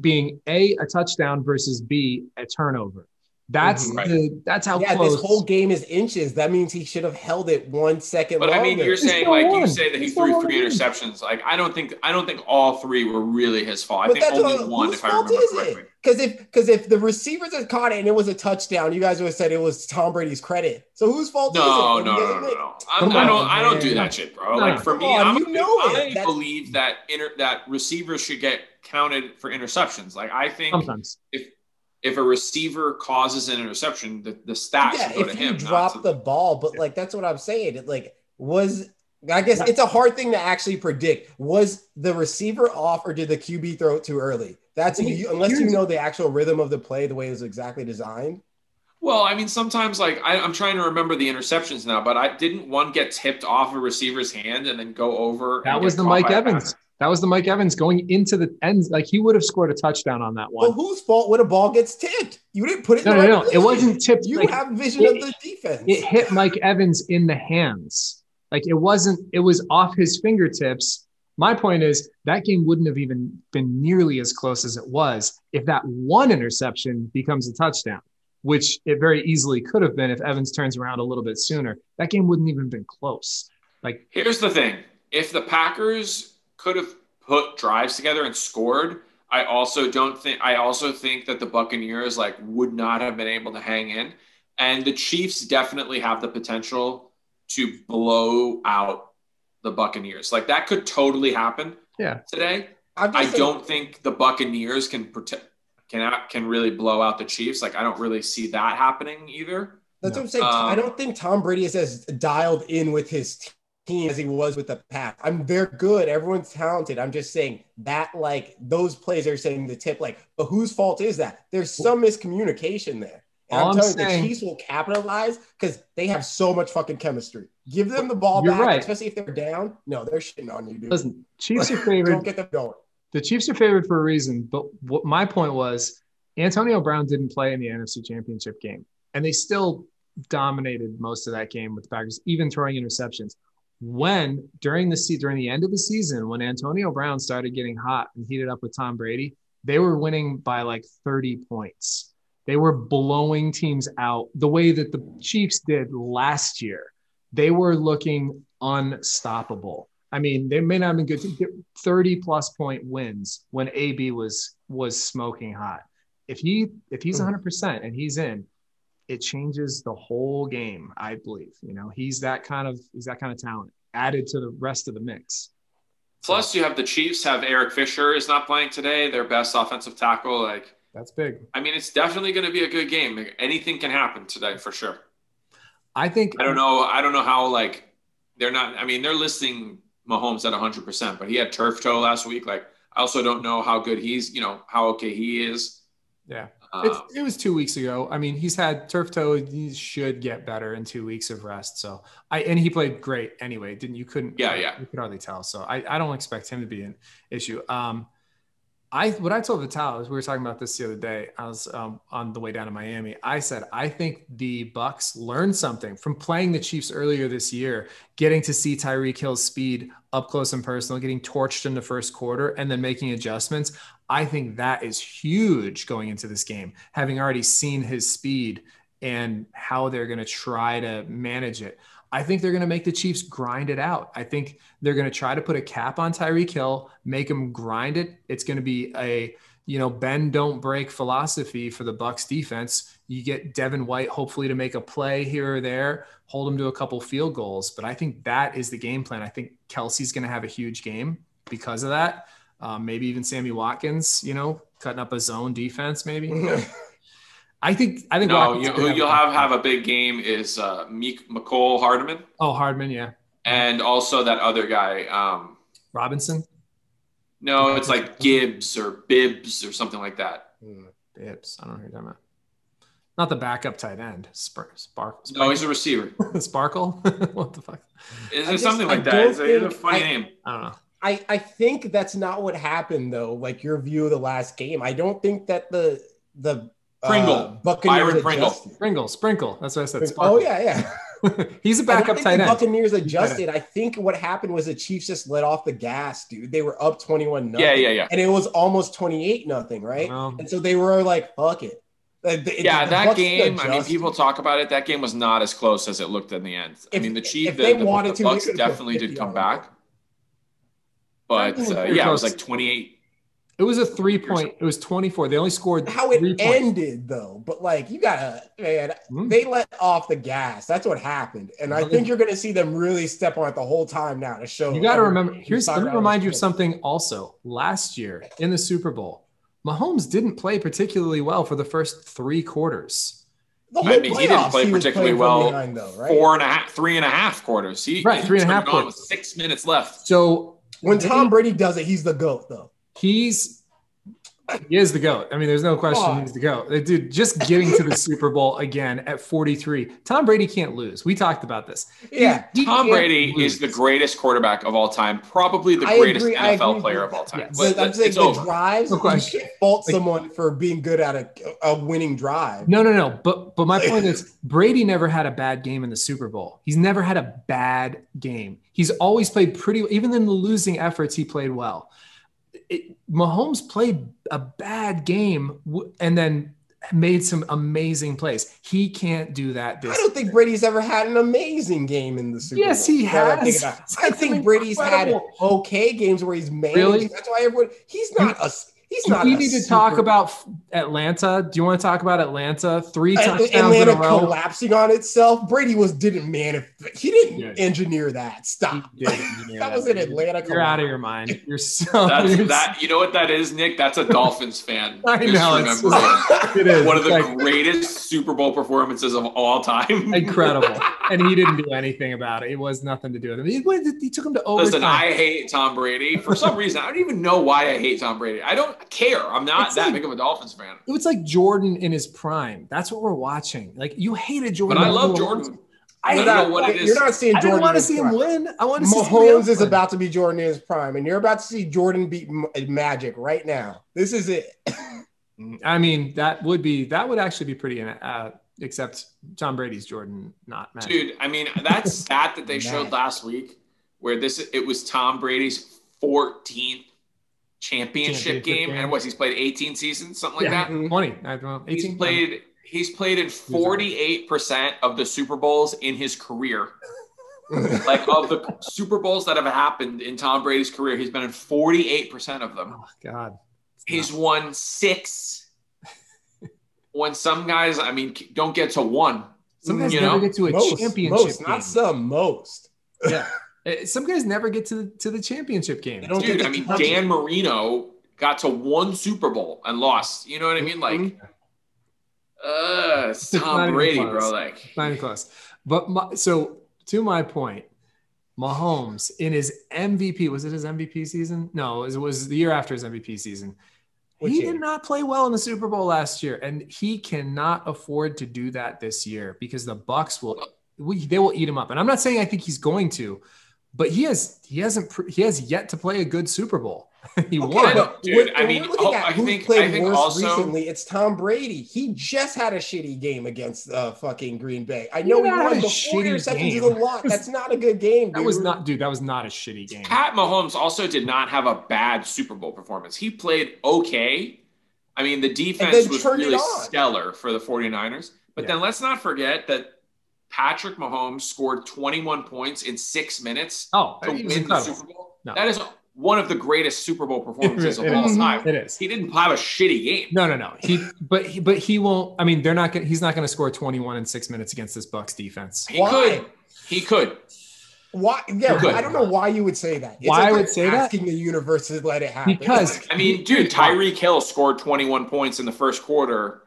Speaker 2: being a a touchdown versus b a turnover. That's
Speaker 3: Mhm.
Speaker 4: Right.
Speaker 2: the, that's how
Speaker 3: yeah,
Speaker 2: close.
Speaker 3: this whole game is inches. That means he should have held it one second
Speaker 4: But
Speaker 3: longer.
Speaker 4: I mean, you're saying
Speaker 2: still
Speaker 4: like you
Speaker 2: won.
Speaker 4: say that he
Speaker 2: He still
Speaker 4: threw
Speaker 2: won
Speaker 4: three
Speaker 2: the game.
Speaker 4: interceptions. Like I don't think I don't think all three were really his fault. I
Speaker 3: but
Speaker 4: think
Speaker 3: that's
Speaker 4: only
Speaker 3: what,
Speaker 4: one,
Speaker 3: whose
Speaker 4: if I
Speaker 3: fault
Speaker 4: remember
Speaker 3: is
Speaker 4: correctly.
Speaker 3: it? Because if because if the receivers had caught it and it was a touchdown, you guys would have said it was Tom Brady's credit. So whose fault
Speaker 4: No,
Speaker 3: is it?
Speaker 4: no, no, no, no. I'm,
Speaker 2: Come
Speaker 4: I don't.
Speaker 3: on,
Speaker 4: I don't do
Speaker 3: man.
Speaker 4: that shit, bro.
Speaker 2: No.
Speaker 4: Like for me,
Speaker 3: Come on,
Speaker 4: I'm,
Speaker 3: Oh, you know it.
Speaker 4: I
Speaker 3: That's-
Speaker 4: believe that inter, that receivers should get counted for interceptions. Like I think
Speaker 2: sometimes.
Speaker 4: if a receiver causes an interception, the, the stats
Speaker 3: Yeah,
Speaker 4: go to
Speaker 3: if you
Speaker 4: him. not to-
Speaker 3: drop the ball, but like that's what I'm saying. It like was I guess it's a hard thing to actually predict. Was the receiver off or did the QB throw it too early? That's you, unless you know the actual rhythm of the play, the way it was exactly designed.
Speaker 4: Well, I mean, sometimes like I, I'm trying to remember the interceptions now, but I didn't one get tipped off a receiver's hand and then go over.
Speaker 2: That
Speaker 4: and
Speaker 2: was
Speaker 4: get
Speaker 2: the
Speaker 4: caught
Speaker 2: Mike
Speaker 4: by a
Speaker 2: Evans. That was the Mike Evans going into the end. Like he would have scored a touchdown on that
Speaker 3: But
Speaker 2: one.
Speaker 3: whose fault when a ball gets tipped? You didn't put it.
Speaker 2: No,
Speaker 3: in
Speaker 2: no,
Speaker 3: the
Speaker 2: no.
Speaker 3: right
Speaker 2: It
Speaker 3: position.
Speaker 2: wasn't tipped.
Speaker 3: You
Speaker 2: like,
Speaker 3: have vision of the defense.
Speaker 2: it hit Mike Evans in the hands. Like it wasn't, it was off his fingertips. My point is that game wouldn't have even been nearly as close as it was if that one interception becomes a touchdown, which it very easily could have been if Evans turns around a little bit sooner. That game wouldn't even have been close.
Speaker 4: Here's the thing: if the Packers could have put drives together and scored, I also don't think. I also think that the Buccaneers like would not have been able to hang in, and the Chiefs definitely have the potential to blow out the Buccaneers. Like that could totally happen.
Speaker 2: Yeah.
Speaker 4: Today,
Speaker 3: I'm just
Speaker 4: I
Speaker 3: saying-
Speaker 4: don't think the Buccaneers can protect. Can, can really blow out the Chiefs. Like, I don't really see that happening either.
Speaker 3: That's
Speaker 2: No.
Speaker 3: what I'm saying.
Speaker 4: Um,
Speaker 3: I don't think Tom Brady is as dialed in with his t- team as he was with the pack. I'm they're good. Everyone's talented. I'm just saying that like those plays are saying the tip like, but whose fault is that? There's some miscommunication there. And
Speaker 2: All
Speaker 3: I'm
Speaker 2: I'm
Speaker 3: telling
Speaker 2: saying-
Speaker 3: you, the Chiefs will capitalize because they have so much fucking chemistry. Give them the ball
Speaker 2: You're
Speaker 3: back,
Speaker 2: right.
Speaker 3: especially if they're down. No, they're shitting on you, dude.
Speaker 2: Listen, Chiefs are
Speaker 3: don't
Speaker 2: favored.
Speaker 3: get them going.
Speaker 2: The Chiefs are favored for a reason, but what my point was Antonio Brown didn't play in the NFC Championship game, and they still dominated most of that game with the Packers, even throwing interceptions. When during the se- during the end of the season, when Antonio Brown started getting hot and heated up with Tom Brady, they were winning by like 30 points. They were blowing teams out the way that the Chiefs did last year. They were looking unstoppable. I mean, they may not have been good. to- 30 plus point wins when AB was was smoking hot. If he if he's 100% and he's in, it changes the whole game, I believe. You know, he's that kind of he's that kind of talent added to the rest of the mix.
Speaker 4: Plus, you have the Chiefs have Eric Fisher is not playing today, their best offensive tackle. Like,
Speaker 2: That's big.
Speaker 4: I mean, it's definitely going to be a good game. Like, anything can happen today for sure.
Speaker 2: I think
Speaker 4: I don't know. I don't know how like they're not. I mean, they're listing Mahomes at 100, percent but he had turf toe last week. Like, I also don't know how good he's. You know how okay he is.
Speaker 2: Yeah.
Speaker 4: Um,
Speaker 2: It's, it was two weeks ago. I mean, he's had turf toe. He should get better in two weeks of rest. So I and he played great anyway. Didn't you? Couldn't.
Speaker 4: Yeah, yeah.
Speaker 2: You could hardly tell. So I, I don't expect him to be an issue. Um, I what I told Vital is we were talking about this the other day. I was um, on the way down to Miami. I said I think the Bucks learned something from playing the Chiefs earlier this year, getting to see Tyreek Hill's speed up close and personal, getting torched in the first quarter, and then making adjustments. I think that is huge going into this game, having already seen his speed and how they're going to try to manage it. I think they're going to make the Chiefs grind it out. I think they're going to try to put a cap on Tyreek Hill, make him grind it. It's going to be a you know bend don't break philosophy for the Bucks defense. You get Devin White hopefully to make a play here or there, hold him to a couple field goals. But I think that is the game plan. I think Kelsey's going to have a huge game because of that. Um, maybe even Sammy Watkins, you know, cutting up a zone defense, maybe. I think I think
Speaker 4: No,
Speaker 2: Watkins
Speaker 4: you,
Speaker 2: could
Speaker 4: who
Speaker 2: have a
Speaker 4: you'll
Speaker 2: big
Speaker 4: have
Speaker 2: game.
Speaker 4: have a big game is uh, Meek McCole Hardman
Speaker 2: Oh, Hardman, yeah.
Speaker 4: and also that other guy. Um,
Speaker 2: Robinson,
Speaker 4: no, it's like Gibbs or Bibbs or something like that.
Speaker 3: Hmm.
Speaker 2: Bibbs. I don't know who you're talking about. Not the backup tight end. Spar- spark,
Speaker 4: No, he's a receiver.
Speaker 2: Sparkle. what the fuck?
Speaker 4: Is
Speaker 3: I
Speaker 4: it
Speaker 3: just-
Speaker 4: something like
Speaker 3: I
Speaker 4: that?
Speaker 3: don't
Speaker 4: It's a, it's a
Speaker 3: think-
Speaker 4: funny
Speaker 3: I-
Speaker 4: name.
Speaker 2: I don't know.
Speaker 3: I, I think that's not what happened though. Like your view of the last game, I don't think that the the uh,
Speaker 4: Pringle.
Speaker 3: Buccaneers
Speaker 4: Byron Pringle.
Speaker 3: adjusted.
Speaker 2: Sprinkle, sprinkle. That's what I said. Sparkle.
Speaker 3: Oh yeah, yeah.
Speaker 2: he's a
Speaker 3: I
Speaker 2: backup
Speaker 3: think
Speaker 2: tight
Speaker 3: the
Speaker 2: end.
Speaker 3: Buccaneers adjusted. I think what happened was the Chiefs just let off the gas, dude. They were up twenty-one.
Speaker 4: Yeah, yeah, yeah. Uh-huh.
Speaker 3: And it was almost twenty-eight nothing, right?
Speaker 2: Well,
Speaker 3: And so they were like, "Fuck it." Like, the-
Speaker 4: yeah,
Speaker 3: the
Speaker 4: that
Speaker 3: Bucs
Speaker 4: game. I mean,
Speaker 3: adjusted.
Speaker 4: people talk about it. That game was not as close as it looked in the end. I
Speaker 3: If-
Speaker 4: mean, the Chiefs,
Speaker 3: if
Speaker 4: the,
Speaker 3: they
Speaker 4: the,
Speaker 3: wanted
Speaker 4: the
Speaker 3: to,
Speaker 4: Bucks
Speaker 3: they could've
Speaker 4: definitely
Speaker 3: put
Speaker 4: did
Speaker 3: 50
Speaker 4: come
Speaker 3: on
Speaker 4: back. But
Speaker 3: That
Speaker 4: uh,
Speaker 3: game was
Speaker 4: yeah, it was
Speaker 2: close.
Speaker 4: like 28.
Speaker 2: it was a three point. It was twenty four. They only scored
Speaker 3: how it
Speaker 2: three points.
Speaker 3: ended though. But like, you gotta man,
Speaker 2: Hmm.
Speaker 3: they let off the gas. That's what happened, and I
Speaker 2: Well,
Speaker 3: think
Speaker 2: they-
Speaker 3: you're gonna see them really step on it the whole time now to show.
Speaker 2: You got to
Speaker 3: everybody
Speaker 2: remember.
Speaker 3: who's
Speaker 2: Here's let
Speaker 3: talking
Speaker 2: me
Speaker 3: about
Speaker 2: remind you of
Speaker 3: this.
Speaker 2: something. Also, last year in the Super Bowl, Mahomes didn't play particularly well for the first three quarters.
Speaker 3: The
Speaker 4: I mean, he didn't
Speaker 3: playoffs,
Speaker 4: play
Speaker 3: was
Speaker 4: particularly
Speaker 3: playing
Speaker 4: well.
Speaker 3: from behind, though, right?
Speaker 4: Four and a half, three and a half quarters. He,
Speaker 2: Right,
Speaker 4: he
Speaker 2: three and a half
Speaker 4: turned it on
Speaker 2: quarters.
Speaker 4: with six minutes left.
Speaker 2: So
Speaker 3: When
Speaker 2: they-
Speaker 3: Tom Brady does it, he's the goat though.
Speaker 2: he's he is the goat. I mean, there's no question
Speaker 3: Aw.
Speaker 2: he's the goat. Uh, Dude, just getting to the Super Bowl again at 43. Tom Brady can't lose. We talked about this.
Speaker 3: Yeah,
Speaker 2: He- he
Speaker 4: Tom
Speaker 2: can't
Speaker 4: Brady
Speaker 2: lose.
Speaker 4: is the greatest quarterback of all time, probably the
Speaker 3: I
Speaker 4: greatest
Speaker 3: agree, I
Speaker 4: NFL
Speaker 3: agree.
Speaker 4: player of all time.
Speaker 2: Yes.
Speaker 4: Let-
Speaker 3: but I'm
Speaker 4: let-
Speaker 3: saying
Speaker 4: it's
Speaker 3: the
Speaker 4: over.
Speaker 3: drives.
Speaker 2: No
Speaker 3: you
Speaker 2: question.
Speaker 3: can't fault
Speaker 2: Like-
Speaker 3: someone for being good at a, a winning drive.
Speaker 2: No, no, no. But but my
Speaker 3: Like-
Speaker 2: point is Brady never had a bad game in the Super Bowl. He's never had a bad game. He's always played pretty even in the losing efforts he played well. It, Mahomes played a bad game w- and then made some amazing plays. He can't do that
Speaker 3: I
Speaker 2: this
Speaker 3: don't think Brady's ever had an amazing game in the Super
Speaker 2: Yes,
Speaker 3: Bowl.
Speaker 2: he
Speaker 3: now that I'm
Speaker 2: has.
Speaker 3: thinking about it. I
Speaker 2: That's
Speaker 3: think Brady's
Speaker 2: incredible.
Speaker 3: had okay games where he's managed.
Speaker 2: Really?
Speaker 3: That's why everyone. He's
Speaker 2: You-
Speaker 3: not a. He's not.
Speaker 2: we
Speaker 3: a
Speaker 2: need to
Speaker 3: super-
Speaker 2: talk about Atlanta. Do you want to talk about Atlanta? Three touchdowns
Speaker 3: Uh, Atlanta
Speaker 2: in a row.
Speaker 3: collapsing on itself. Brady was didn't man. He didn't
Speaker 2: Yeah.
Speaker 3: engineer that. Stop.
Speaker 2: He did engineer
Speaker 3: that was an Atlanta.
Speaker 2: You're out
Speaker 3: collapse.
Speaker 2: of your mind. You're so
Speaker 4: That's
Speaker 2: you're
Speaker 4: that. You know what that is, Nick? That's a Dolphins fan.
Speaker 2: I know, it's-
Speaker 4: remembering
Speaker 2: It is.
Speaker 4: one of the
Speaker 2: It's like
Speaker 4: greatest Super Bowl performances of all time.
Speaker 2: incredible. And he didn't do anything about it. It was nothing to do with him. He, went, he took him to overtime.
Speaker 4: Listen, I hate Tom Brady for some reason. I don't even know why I hate Tom Brady. I don't care. I'm not
Speaker 2: It's
Speaker 4: that
Speaker 2: like-
Speaker 4: big of a Dolphins fan,
Speaker 2: it was like Jordan in his prime. That's what we're watching. Like you hated
Speaker 4: but
Speaker 2: Jordan.
Speaker 4: I love
Speaker 2: You
Speaker 4: Jordan.
Speaker 2: I,
Speaker 4: I
Speaker 2: did
Speaker 4: don't know
Speaker 2: not-
Speaker 4: what it
Speaker 3: You're
Speaker 4: is.
Speaker 3: not seeing
Speaker 2: I
Speaker 3: Jordan.
Speaker 2: didn't want
Speaker 3: in
Speaker 2: to
Speaker 3: his
Speaker 2: see him
Speaker 3: prime.
Speaker 2: win. I want to see somebody
Speaker 3: Mahomes
Speaker 2: else
Speaker 3: is
Speaker 2: win.
Speaker 3: about to be Jordan in his prime, and you're about to see Jordan beat M- Magic right now. This is it.
Speaker 2: I mean, that would be that would actually be pretty. Uh, except Tom Brady's Jordan, not Magic.
Speaker 4: Dude, I mean, that stat that they showed
Speaker 3: Mad.
Speaker 4: last week where this it was Tom Brady's 14th
Speaker 2: Championship
Speaker 4: championship game.
Speaker 2: game.
Speaker 4: And what he's played 18 seasons, something like
Speaker 2: Yeah.
Speaker 4: that.
Speaker 2: 20, I don't know, 18.
Speaker 4: He's played he's played in 48% of the Super Bowls in his career. like of the Super Bowls that have happened in Tom Brady's career, he's been in 48% of them.
Speaker 2: Oh God.
Speaker 4: He's won six. when some guys, I mean, don't get to one.
Speaker 2: Some guys
Speaker 4: Mm, you
Speaker 2: never
Speaker 4: know,
Speaker 2: get to a
Speaker 3: most,
Speaker 2: championship
Speaker 3: most,
Speaker 2: game.
Speaker 3: not some, most.
Speaker 2: yeah. Uh, Some guys never get to the, to the championship game.
Speaker 3: They don't
Speaker 4: Dude,
Speaker 3: get to
Speaker 4: I mean,
Speaker 3: touch
Speaker 4: Dan
Speaker 3: it.
Speaker 4: Marino got to one Super Bowl and lost. You know what I mean? Like,
Speaker 3: Mhm.
Speaker 4: uh, it's
Speaker 2: It's not
Speaker 4: Tom
Speaker 2: even
Speaker 4: Brady,
Speaker 2: close.
Speaker 4: bro. Like,
Speaker 2: Not even close. But my, so to my point, Mahomes in his MVP was it his MVP season? No, it was the year after his MVP season.
Speaker 3: Which
Speaker 2: he
Speaker 3: year?
Speaker 2: did not play well in the Super Bowl last year, and he cannot afford to do that this year because the Bucks will we, they will eat him up. And I'm not saying I think he's going to, but he has he hasn't pr- he has yet to play a good Super Bowl. he
Speaker 3: Okay,
Speaker 2: won.
Speaker 3: but
Speaker 4: Dude,
Speaker 3: when-
Speaker 4: I
Speaker 3: when
Speaker 4: mean,
Speaker 3: we're looking
Speaker 4: oh,
Speaker 3: at
Speaker 4: I
Speaker 3: who's
Speaker 4: think-
Speaker 3: played
Speaker 4: I think
Speaker 3: worse
Speaker 4: also-
Speaker 3: recently, it's Tom Brady. He just had a shitty game against uh, fucking Green Bay. I know
Speaker 2: He
Speaker 3: he
Speaker 2: had a
Speaker 3: won, but four
Speaker 2: shitty
Speaker 3: interceptions is
Speaker 2: game.
Speaker 3: a lot. That's not a good game.
Speaker 2: That was
Speaker 3: dude.
Speaker 2: not dude. That was not a shitty game.
Speaker 4: Pat Mahomes also did not have a bad Super Bowl performance. He played okay. I mean, the defense was
Speaker 3: turned it
Speaker 4: really
Speaker 3: on.
Speaker 4: stellar for the 49ers, But then let's not forget that Patrick Mahomes scored 21 points in six minutes
Speaker 2: Oh,
Speaker 4: to
Speaker 2: it was
Speaker 4: win the
Speaker 2: incredible.
Speaker 4: Super Bowl.
Speaker 2: No.
Speaker 4: That is one of the greatest Super Bowl performances of
Speaker 2: It
Speaker 4: all
Speaker 2: is.
Speaker 4: time.
Speaker 2: It is.
Speaker 4: He didn't have a shitty game.
Speaker 2: No, no, no. He, but he, but he won't. I mean, they're not. Gonna, he's not going to score 21 in six minutes against this Bucks defense.
Speaker 4: He
Speaker 3: Why?
Speaker 4: could. He could.
Speaker 3: Why? Yeah,
Speaker 4: Good.
Speaker 3: I don't know why you would say that.
Speaker 2: Why I
Speaker 3: like
Speaker 2: would
Speaker 3: I'm
Speaker 2: say that?
Speaker 3: asking the universe to let it happen.
Speaker 2: Because
Speaker 4: I mean, dude, Tyreek Hill scored 21 points in the first quarter.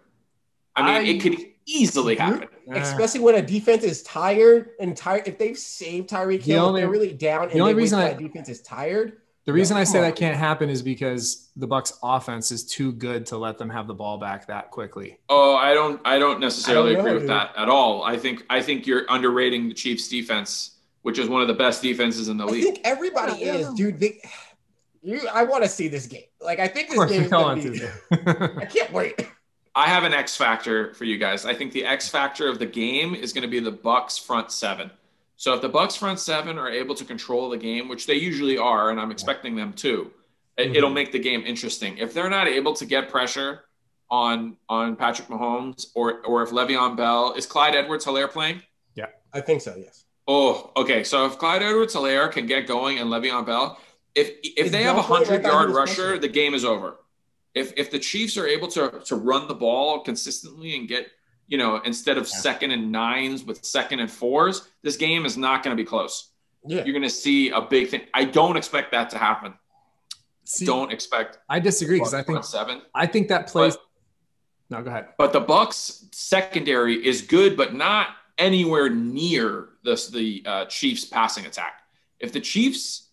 Speaker 4: I mean,
Speaker 3: I-
Speaker 4: it could easily happen.
Speaker 2: Uh,
Speaker 3: especially when a defense is tired and tired. If they've saved Tyreek
Speaker 2: The
Speaker 3: Hill,
Speaker 2: only-
Speaker 3: if they're really down. And
Speaker 2: the only
Speaker 3: they win,
Speaker 2: reason I-
Speaker 3: that defense is tired.
Speaker 2: the reason I
Speaker 3: Yeah,
Speaker 2: say
Speaker 3: come
Speaker 2: that
Speaker 3: on.
Speaker 2: can't happen is because the Bucks offense is too good to let them have the ball back that quickly.
Speaker 4: Oh, I don't. I don't necessarily
Speaker 3: I don't know,
Speaker 4: agree with
Speaker 3: dude.
Speaker 4: that at all. I think. I think you're underrating the Chiefs' defense, which is one of the best defenses in the
Speaker 3: I
Speaker 4: league.
Speaker 3: think everybody
Speaker 2: Yeah,
Speaker 3: is,
Speaker 2: yeah.
Speaker 3: dude. They, you, I want to see this game. Like, I
Speaker 2: Of
Speaker 3: think this
Speaker 2: course,
Speaker 3: game
Speaker 2: you're
Speaker 3: is going
Speaker 2: going
Speaker 3: to be.
Speaker 2: to.
Speaker 3: I can't wait.
Speaker 4: I have an X factor for you guys. I think the X factor of the game is going to be the Bucks front seven. So if the Bucks front seven are able to control the game, which they usually are, and I'm expecting them to, it,
Speaker 3: Mm-hmm.
Speaker 2: Mhm.
Speaker 4: it'll make the game interesting. If they're not able to get pressure on on Patrick Mahomes or or if Le'Veon Bell is Clyde Edwards Hilaire playing?
Speaker 3: I think so. Yes.
Speaker 4: Oh, okay. So if Clyde Edwards Hilaire can get going and Le'Veon Bell, if if
Speaker 3: Is
Speaker 4: they have a
Speaker 3: Bell playing? I
Speaker 4: hundred
Speaker 3: thought he
Speaker 4: yard
Speaker 3: was
Speaker 4: rusher,
Speaker 3: rushing.
Speaker 4: the game is over. If if the Chiefs are able to to run the ball consistently and get, you know, instead of
Speaker 2: Yeah.
Speaker 4: second and nines with second and fours, this game is not gonna be close.
Speaker 3: Yeah.
Speaker 4: You're gonna see a big thing. I don't expect that to happen.
Speaker 2: See,
Speaker 4: don't expect
Speaker 2: I disagree because I think
Speaker 4: front seven.
Speaker 2: I think that plays. No, go ahead.
Speaker 4: But the Bucks secondary is good, but not anywhere near this the uh, Chiefs passing attack. If the Chiefs,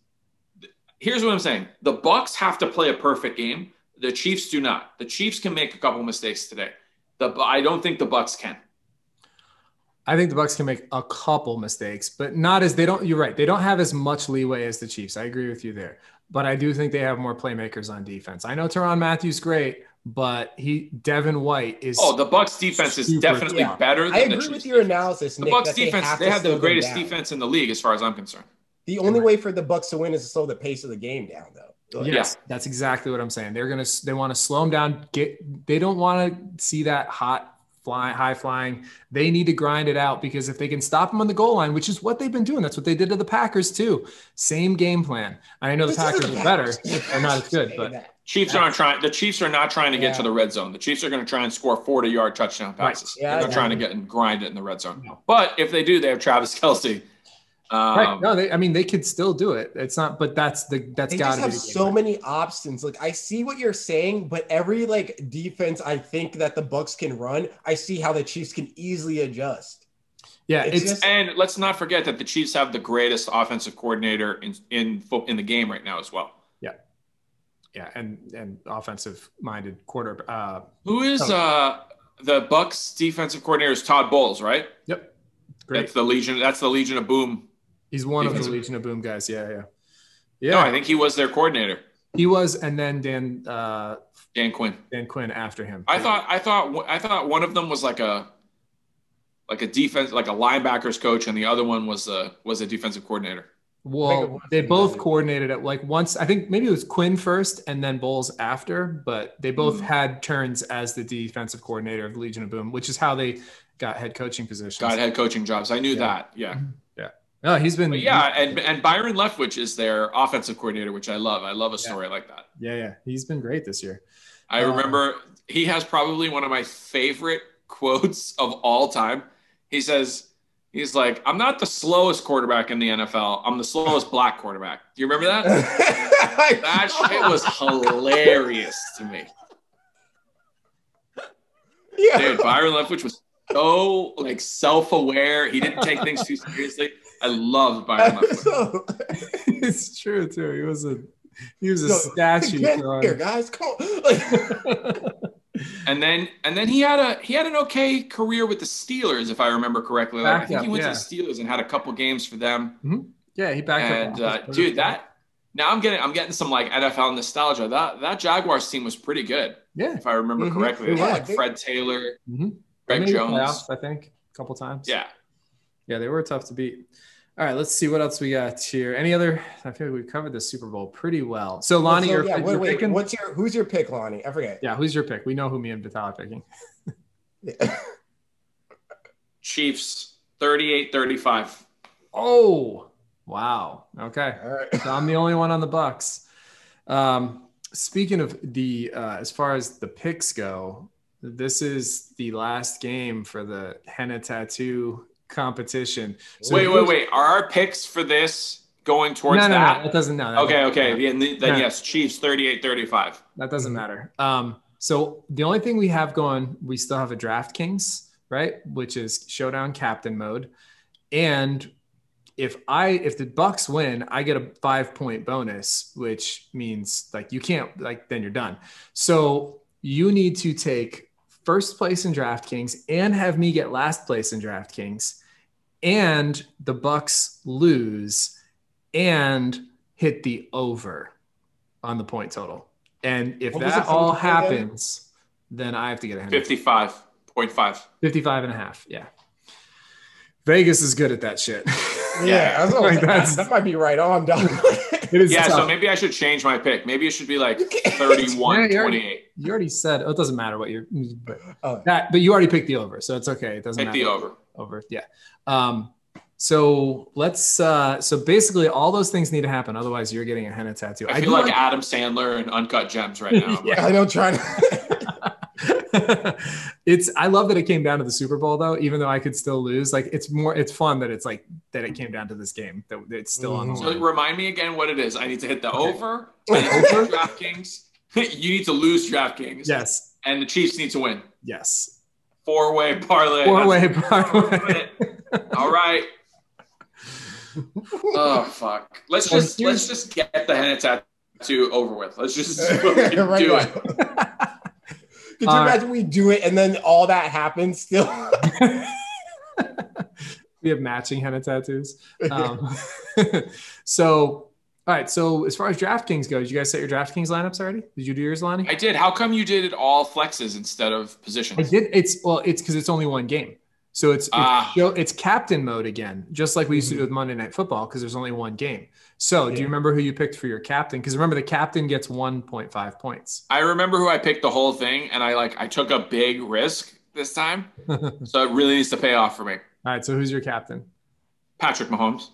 Speaker 4: here's what I'm saying: the Bucks have to play a perfect game. The Chiefs do not. The Chiefs can make a couple mistakes today. The Bu- I don't think the Bucks can.
Speaker 2: I think the Bucks can make a couple mistakes, but not as they don't. You're right; they don't have as much leeway as the Chiefs. I agree with you there, but I do think they have more playmakers on defense. I know Teron Matthews great, but he Devin White is.
Speaker 4: Oh, the Bucks defense is
Speaker 2: Super-
Speaker 4: definitely
Speaker 3: Yeah.
Speaker 4: better. Than
Speaker 3: I
Speaker 4: the
Speaker 3: agree
Speaker 4: Chiefs
Speaker 3: with your
Speaker 4: defense.
Speaker 3: analysis,
Speaker 4: The
Speaker 3: Nick.
Speaker 4: Bucks
Speaker 3: that they
Speaker 4: defense,
Speaker 3: have
Speaker 4: they
Speaker 3: to
Speaker 4: have
Speaker 3: slow
Speaker 4: the
Speaker 3: them
Speaker 4: greatest
Speaker 3: down.
Speaker 4: defense in the league, as far as I'm concerned.
Speaker 3: The only way for the Bucks to win is to slow the pace of the game down, though. Like,
Speaker 2: yes, that's exactly what I'm saying. They're gonna they want to slow him down. Get they don't want to see that hot flying high flying. They need to grind it out because if they can stop him on the goal line, which is what they've been doing, that's what they did to the Packers too. Same game plan. I know the
Speaker 3: this isn't
Speaker 2: Packers are
Speaker 3: bad.
Speaker 2: better. They're not as good,
Speaker 3: Say
Speaker 2: but
Speaker 3: that.
Speaker 4: Chiefs aren't trying. The Chiefs are not trying to get
Speaker 3: Yeah.
Speaker 4: to the red zone. The Chiefs are going to try and score forty-yard touchdown
Speaker 2: Right.
Speaker 4: passes.
Speaker 3: Yeah,
Speaker 4: They're not trying to get and grind it in the red zone. But if they do, they have Travis Kelsey. Um,
Speaker 2: right. No, they, I mean they could still do it. It's not, but that's the that's
Speaker 3: They
Speaker 2: got
Speaker 3: just
Speaker 2: to be
Speaker 3: have
Speaker 2: the game
Speaker 3: so
Speaker 2: plan.
Speaker 3: many options. Like I see what you're saying, but every like defense I think that the Bucks can run, I see how the Chiefs can easily adjust.
Speaker 2: Yeah,
Speaker 3: it's
Speaker 2: it's,
Speaker 3: just-
Speaker 4: And let's not forget that the Chiefs have the greatest offensive coordinator in in fo- in the game right now as well.
Speaker 2: yeah, and and offensive minded quarter. Uh,
Speaker 4: Who is uh, the Bucks defensive coordinator? Is Todd Bowles, right?
Speaker 2: yep, great.
Speaker 4: That's the Legion. That's the Legion of Boom.
Speaker 2: He's one of the
Speaker 4: Defensive-
Speaker 2: Legion of Boom guys. Yeah, yeah,
Speaker 4: No,
Speaker 2: yeah.
Speaker 4: I think he was their coordinator,
Speaker 2: he was, and then Dan uh,
Speaker 4: Dan Quinn.
Speaker 2: Dan Quinn after him.
Speaker 4: I thought I thought I thought one of them was like a like a defense like a linebackers coach and the other one was a was a defensive coordinator.
Speaker 3: I think it
Speaker 2: Well,
Speaker 3: was
Speaker 2: they
Speaker 3: Dan
Speaker 2: both
Speaker 3: Quinn.
Speaker 2: coordinated at like once. I think maybe it was Quinn first and then Bowles after, but they both
Speaker 4: Mhm.
Speaker 2: had turns as the defensive coordinator of Legion of Boom, which is how they got head coaching positions.
Speaker 4: Got head coaching jobs. I knew
Speaker 2: Yeah. Mm-hmm.
Speaker 4: that. Yeah.
Speaker 2: No, he's been
Speaker 4: But yeah, and and Byron Leftwich is their offensive coordinator, which I love. I love a
Speaker 2: Yeah.
Speaker 4: story like that.
Speaker 2: yeah, yeah, he's been great this year.
Speaker 4: I
Speaker 2: Um,
Speaker 4: remember he has probably one of my favorite quotes of all time. He says, he's like, I'm not the slowest quarterback in the NFL. I'm the slowest black quarterback. Do you remember that? That shit was hilarious to me.
Speaker 3: yeah.
Speaker 4: Dude, Byron Leftwich was so like self-aware. He didn't take things too seriously. I loved Byron Leftwich.
Speaker 3: So,
Speaker 2: it's true too. He was a he was a
Speaker 3: No,
Speaker 2: statue.
Speaker 3: again,
Speaker 2: for-
Speaker 3: here, guys, come on. Like,
Speaker 4: And then and then he had a he had an okay career with the Steelers, if I remember correctly. Like, I think he
Speaker 2: Backup,
Speaker 4: went
Speaker 2: yeah.
Speaker 4: to the Steelers and had a couple games for them.
Speaker 2: yeah, he backed
Speaker 4: and uh,
Speaker 2: up.
Speaker 4: dude, that now I'm getting I'm getting some like NFL nostalgia. That that Jaguars team was pretty good,
Speaker 2: yeah, Mm-hmm.
Speaker 4: if I remember
Speaker 3: Mhm.
Speaker 4: correctly.
Speaker 2: They
Speaker 4: They had,
Speaker 3: were.
Speaker 4: like Fred Taylor,
Speaker 2: Mhm.
Speaker 4: Greg
Speaker 2: Made the
Speaker 4: Jones.
Speaker 2: playoffs, I think a couple times.
Speaker 4: Yeah,
Speaker 2: yeah, they were tough to beat. All right, let's see what else we got here. Any other? I feel like we covered the Super Bowl pretty well. So Lonnie,
Speaker 3: so,
Speaker 2: you're,
Speaker 3: yeah, wait,
Speaker 2: you're
Speaker 3: wait,
Speaker 2: picking.
Speaker 3: what's your who's your pick, Lonnie? I forget.
Speaker 2: yeah, who's your pick? We know who me and Vital are picking.
Speaker 4: Chiefs 38 35.
Speaker 2: Oh, wow. Okay.
Speaker 3: All right.
Speaker 2: So I'm the only one on the Bucks. Um, speaking of the, uh, as far as the picks go, this is the last game for the henna tattoo competition. So
Speaker 4: wait, wait,
Speaker 2: who's-
Speaker 4: wait. Are our picks for this going
Speaker 2: No,
Speaker 4: towards
Speaker 2: no, no,
Speaker 4: that?
Speaker 2: that doesn't. No, that
Speaker 4: Okay,
Speaker 2: doesn't-
Speaker 4: okay. Yeah, then then
Speaker 2: Yeah.
Speaker 4: yes, Chiefs 38 35.
Speaker 2: That doesn't matter. Um, so the only thing we have going, we still have a DraftKings, right? Which is showdown captain mode. And if I if the Bucks win, I get a five point bonus, which means like you can't like then you're done. So you need to take first place in DraftKings and have me get last place in DraftKings, and the Bucks lose and hit the over on the point total. And if
Speaker 3: What was
Speaker 2: that
Speaker 3: it?
Speaker 2: all
Speaker 3: How much was it again?
Speaker 2: happens, then I have to get a hundred.
Speaker 4: 55.5.
Speaker 2: 55 and a half. Yeah. Vegas is good at that shit.
Speaker 3: Yeah, I was gonna
Speaker 2: Like,
Speaker 3: say,
Speaker 2: that's-
Speaker 3: that might be right on, dog.
Speaker 2: It is
Speaker 4: Yeah,
Speaker 2: tough.
Speaker 4: so maybe I should change my pick. Maybe it should be like
Speaker 3: can't.
Speaker 4: 31
Speaker 2: Yeah, you're-
Speaker 4: 28.
Speaker 2: you already said oh, it doesn't matter what you're but
Speaker 3: Oh.
Speaker 2: that but you already picked the over, so it's okay. It doesn't
Speaker 4: Pick
Speaker 2: matter.
Speaker 4: the over.
Speaker 2: Over. Yeah. Um so let's uh so basically all those things need to happen, otherwise you're getting a henna tattoo.
Speaker 4: I feel
Speaker 2: do
Speaker 4: like Adam Sandler and Uncut Gems right now.
Speaker 2: Yeah.
Speaker 3: I know, trying to.
Speaker 2: it's I love that it came down to the Super Bowl though, even though I could still lose. Like it's more it's fun that it's like that it came down to this game that it's still on the
Speaker 3: Mhm.
Speaker 4: So
Speaker 2: line.
Speaker 4: remind me again what it is. I need to hit the
Speaker 2: Okay.
Speaker 4: over. I need to hit DraftKings. you need to lose DraftKings.
Speaker 2: Yes,
Speaker 4: And the Chiefs need to win.
Speaker 2: yes.
Speaker 4: Four way parlay.
Speaker 2: Four way
Speaker 4: That's-
Speaker 2: parlay.
Speaker 4: All right. Oh fuck. Let's
Speaker 2: So
Speaker 4: just
Speaker 2: here's-
Speaker 4: let's just get the henna tattoo over with. Let's just
Speaker 3: right
Speaker 4: fucking do
Speaker 3: now.
Speaker 4: it.
Speaker 3: Could you
Speaker 2: All right.
Speaker 3: imagine we do it and then all that happens still?
Speaker 2: we have matching henna tattoos. Um, so, all right. So, as far as DraftKings goes, you guys set your DraftKings lineups already? Did you do yours, Lonnie?
Speaker 4: I did. How come you did it all flexes instead of
Speaker 2: I
Speaker 4: positions?
Speaker 2: did. It's well, it's because it's only one game. So it's it's,
Speaker 4: Ah.
Speaker 2: show- it's captain mode again, just like we used to do with Monday Night Football, because there's only one game. So, do
Speaker 3: Yeah.
Speaker 2: you remember who you picked for your captain? Because remember, the captain gets 1.5 points.
Speaker 4: I remember who I picked the whole thing and I like I took a big risk this time. so it really needs to pay off for me.
Speaker 2: All right. So, who's your captain?
Speaker 4: Patrick Mahomes.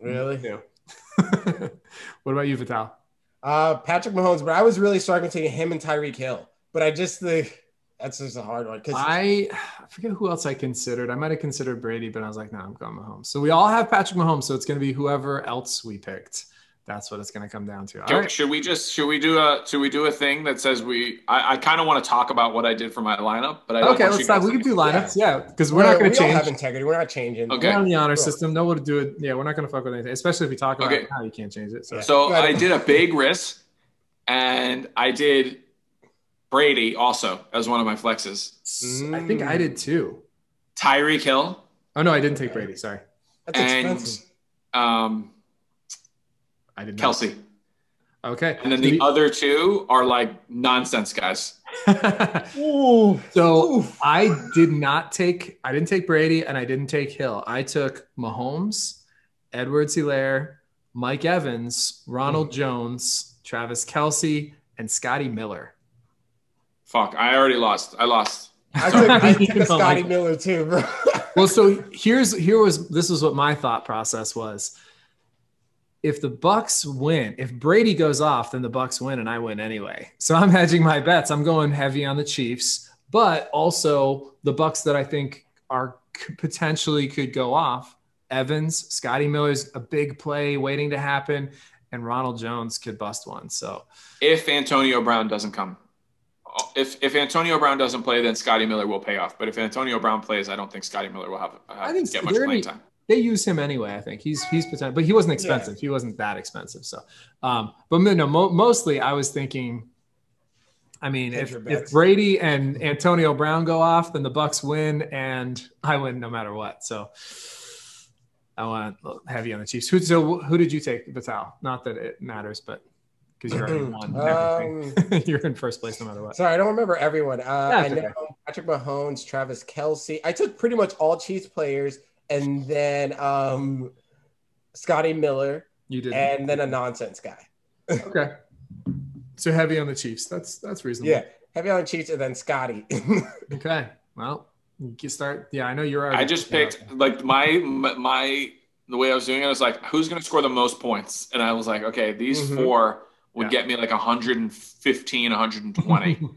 Speaker 3: really?
Speaker 2: what about you, Vital?
Speaker 3: Uh, Patrick Mahomes, but I was really struggling to him and Tyreek Hill. But I just think that's just a hard one because
Speaker 2: I, I forget who else I considered. I might have considered Brady, but I was like, no, I'm going Mahomes. So we all have Patrick Mahomes. So it's going to be whoever else we picked. That's what it's going to come down to. All
Speaker 4: Should,
Speaker 2: right.
Speaker 4: should we just should we do a should we do a thing that says we I, I kinda wanna talk about what I did for my lineup, but I don't
Speaker 2: Okay, let's
Speaker 4: want you guys
Speaker 2: stop. We
Speaker 4: to-
Speaker 2: can do lineups. Yeah, because we're not going to
Speaker 3: we all have
Speaker 2: change.
Speaker 3: integrity. We're not changing.
Speaker 4: Okay.
Speaker 2: We're on the honor
Speaker 3: Cool.
Speaker 2: system. No one to do it. Yeah, we're not going to fuck with anything, especially if we talk about
Speaker 4: Okay.
Speaker 2: it now. You can't change it. So.
Speaker 3: Yeah.
Speaker 4: So
Speaker 3: Go ahead.
Speaker 4: I did a big risk, and I did Brady also as one of my flexes.
Speaker 2: I think I did too.
Speaker 4: Tyreek Hill
Speaker 2: Oh, no, I didn't take Brady. Sorry.
Speaker 3: That's
Speaker 4: and
Speaker 3: expensive.
Speaker 4: um,
Speaker 2: I did not.
Speaker 4: Kelsey,
Speaker 2: Okay.
Speaker 4: and then the other two are like nonsense guys.
Speaker 2: other.
Speaker 3: Ooh.
Speaker 2: so
Speaker 3: Oof.
Speaker 2: I did not take I didn't take Brady and I didn't take Hill. I took Mahomes, Edwards Hilaire, Mike Evans, Ronald Jones, Travis Kelsey, and Scotty Miller.
Speaker 4: Fuck, I already lost. I lost.
Speaker 3: I took, I took
Speaker 2: You know,
Speaker 3: a Scotty
Speaker 2: like-
Speaker 3: Miller too, bro.
Speaker 2: well, so here's here was this was what my thought process was. If the Bucks win, if Brady goes off, then the Bucks win and I win anyway. So I'm hedging my bets. I'm going heavy on the Chiefs, but also the Bucks that I think are could- potentially could go off. Evans, Scotty Miller's a big play waiting to happen, and Ronald Jones could bust one. So
Speaker 4: If Antonio Brown doesn't come, if if Antonio Brown doesn't play, then Scotty Miller will pay off. But if Antonio Brown plays, I don't think Scotty Miller will have, have
Speaker 2: I think
Speaker 4: get much
Speaker 2: they're
Speaker 4: playing
Speaker 2: already-
Speaker 4: time.
Speaker 2: they use him anyway. I think he's he's potential, but he wasn't expensive. He wasn't that expensive. So, um, but no, mo- mostly I was thinking. I mean,
Speaker 3: Hedge
Speaker 2: if,
Speaker 3: your
Speaker 2: if
Speaker 3: bets.
Speaker 2: Brady and Antonio Brown go off, then the Bucks win, and I win no matter what. So, I went heavy on the Chiefs. Who, so, who did you take, Vital? Not that it matters, but because you already won everything,
Speaker 3: Um,
Speaker 2: you're in first place no matter what.
Speaker 3: Sorry, I don't remember everyone. Uh, I
Speaker 2: it's
Speaker 3: know
Speaker 2: okay.
Speaker 3: Patrick Mahomes, Travis Kelsey. I took pretty much all Chiefs players, and then um, Scotty Miller,
Speaker 2: You did
Speaker 3: and then a nonsense guy.
Speaker 2: okay. So heavy on the Chiefs. That's that's reasonable.
Speaker 3: Yeah, heavy on Chiefs, and then Scotty.
Speaker 2: Okay. Well, Get start. Yeah, I know you're. already-
Speaker 4: I just picked like my my the way I was doing it I was like who's going to score the most points and I was like okay these
Speaker 3: Mhm.
Speaker 4: four would
Speaker 2: Yeah.
Speaker 4: get me like 115 120 and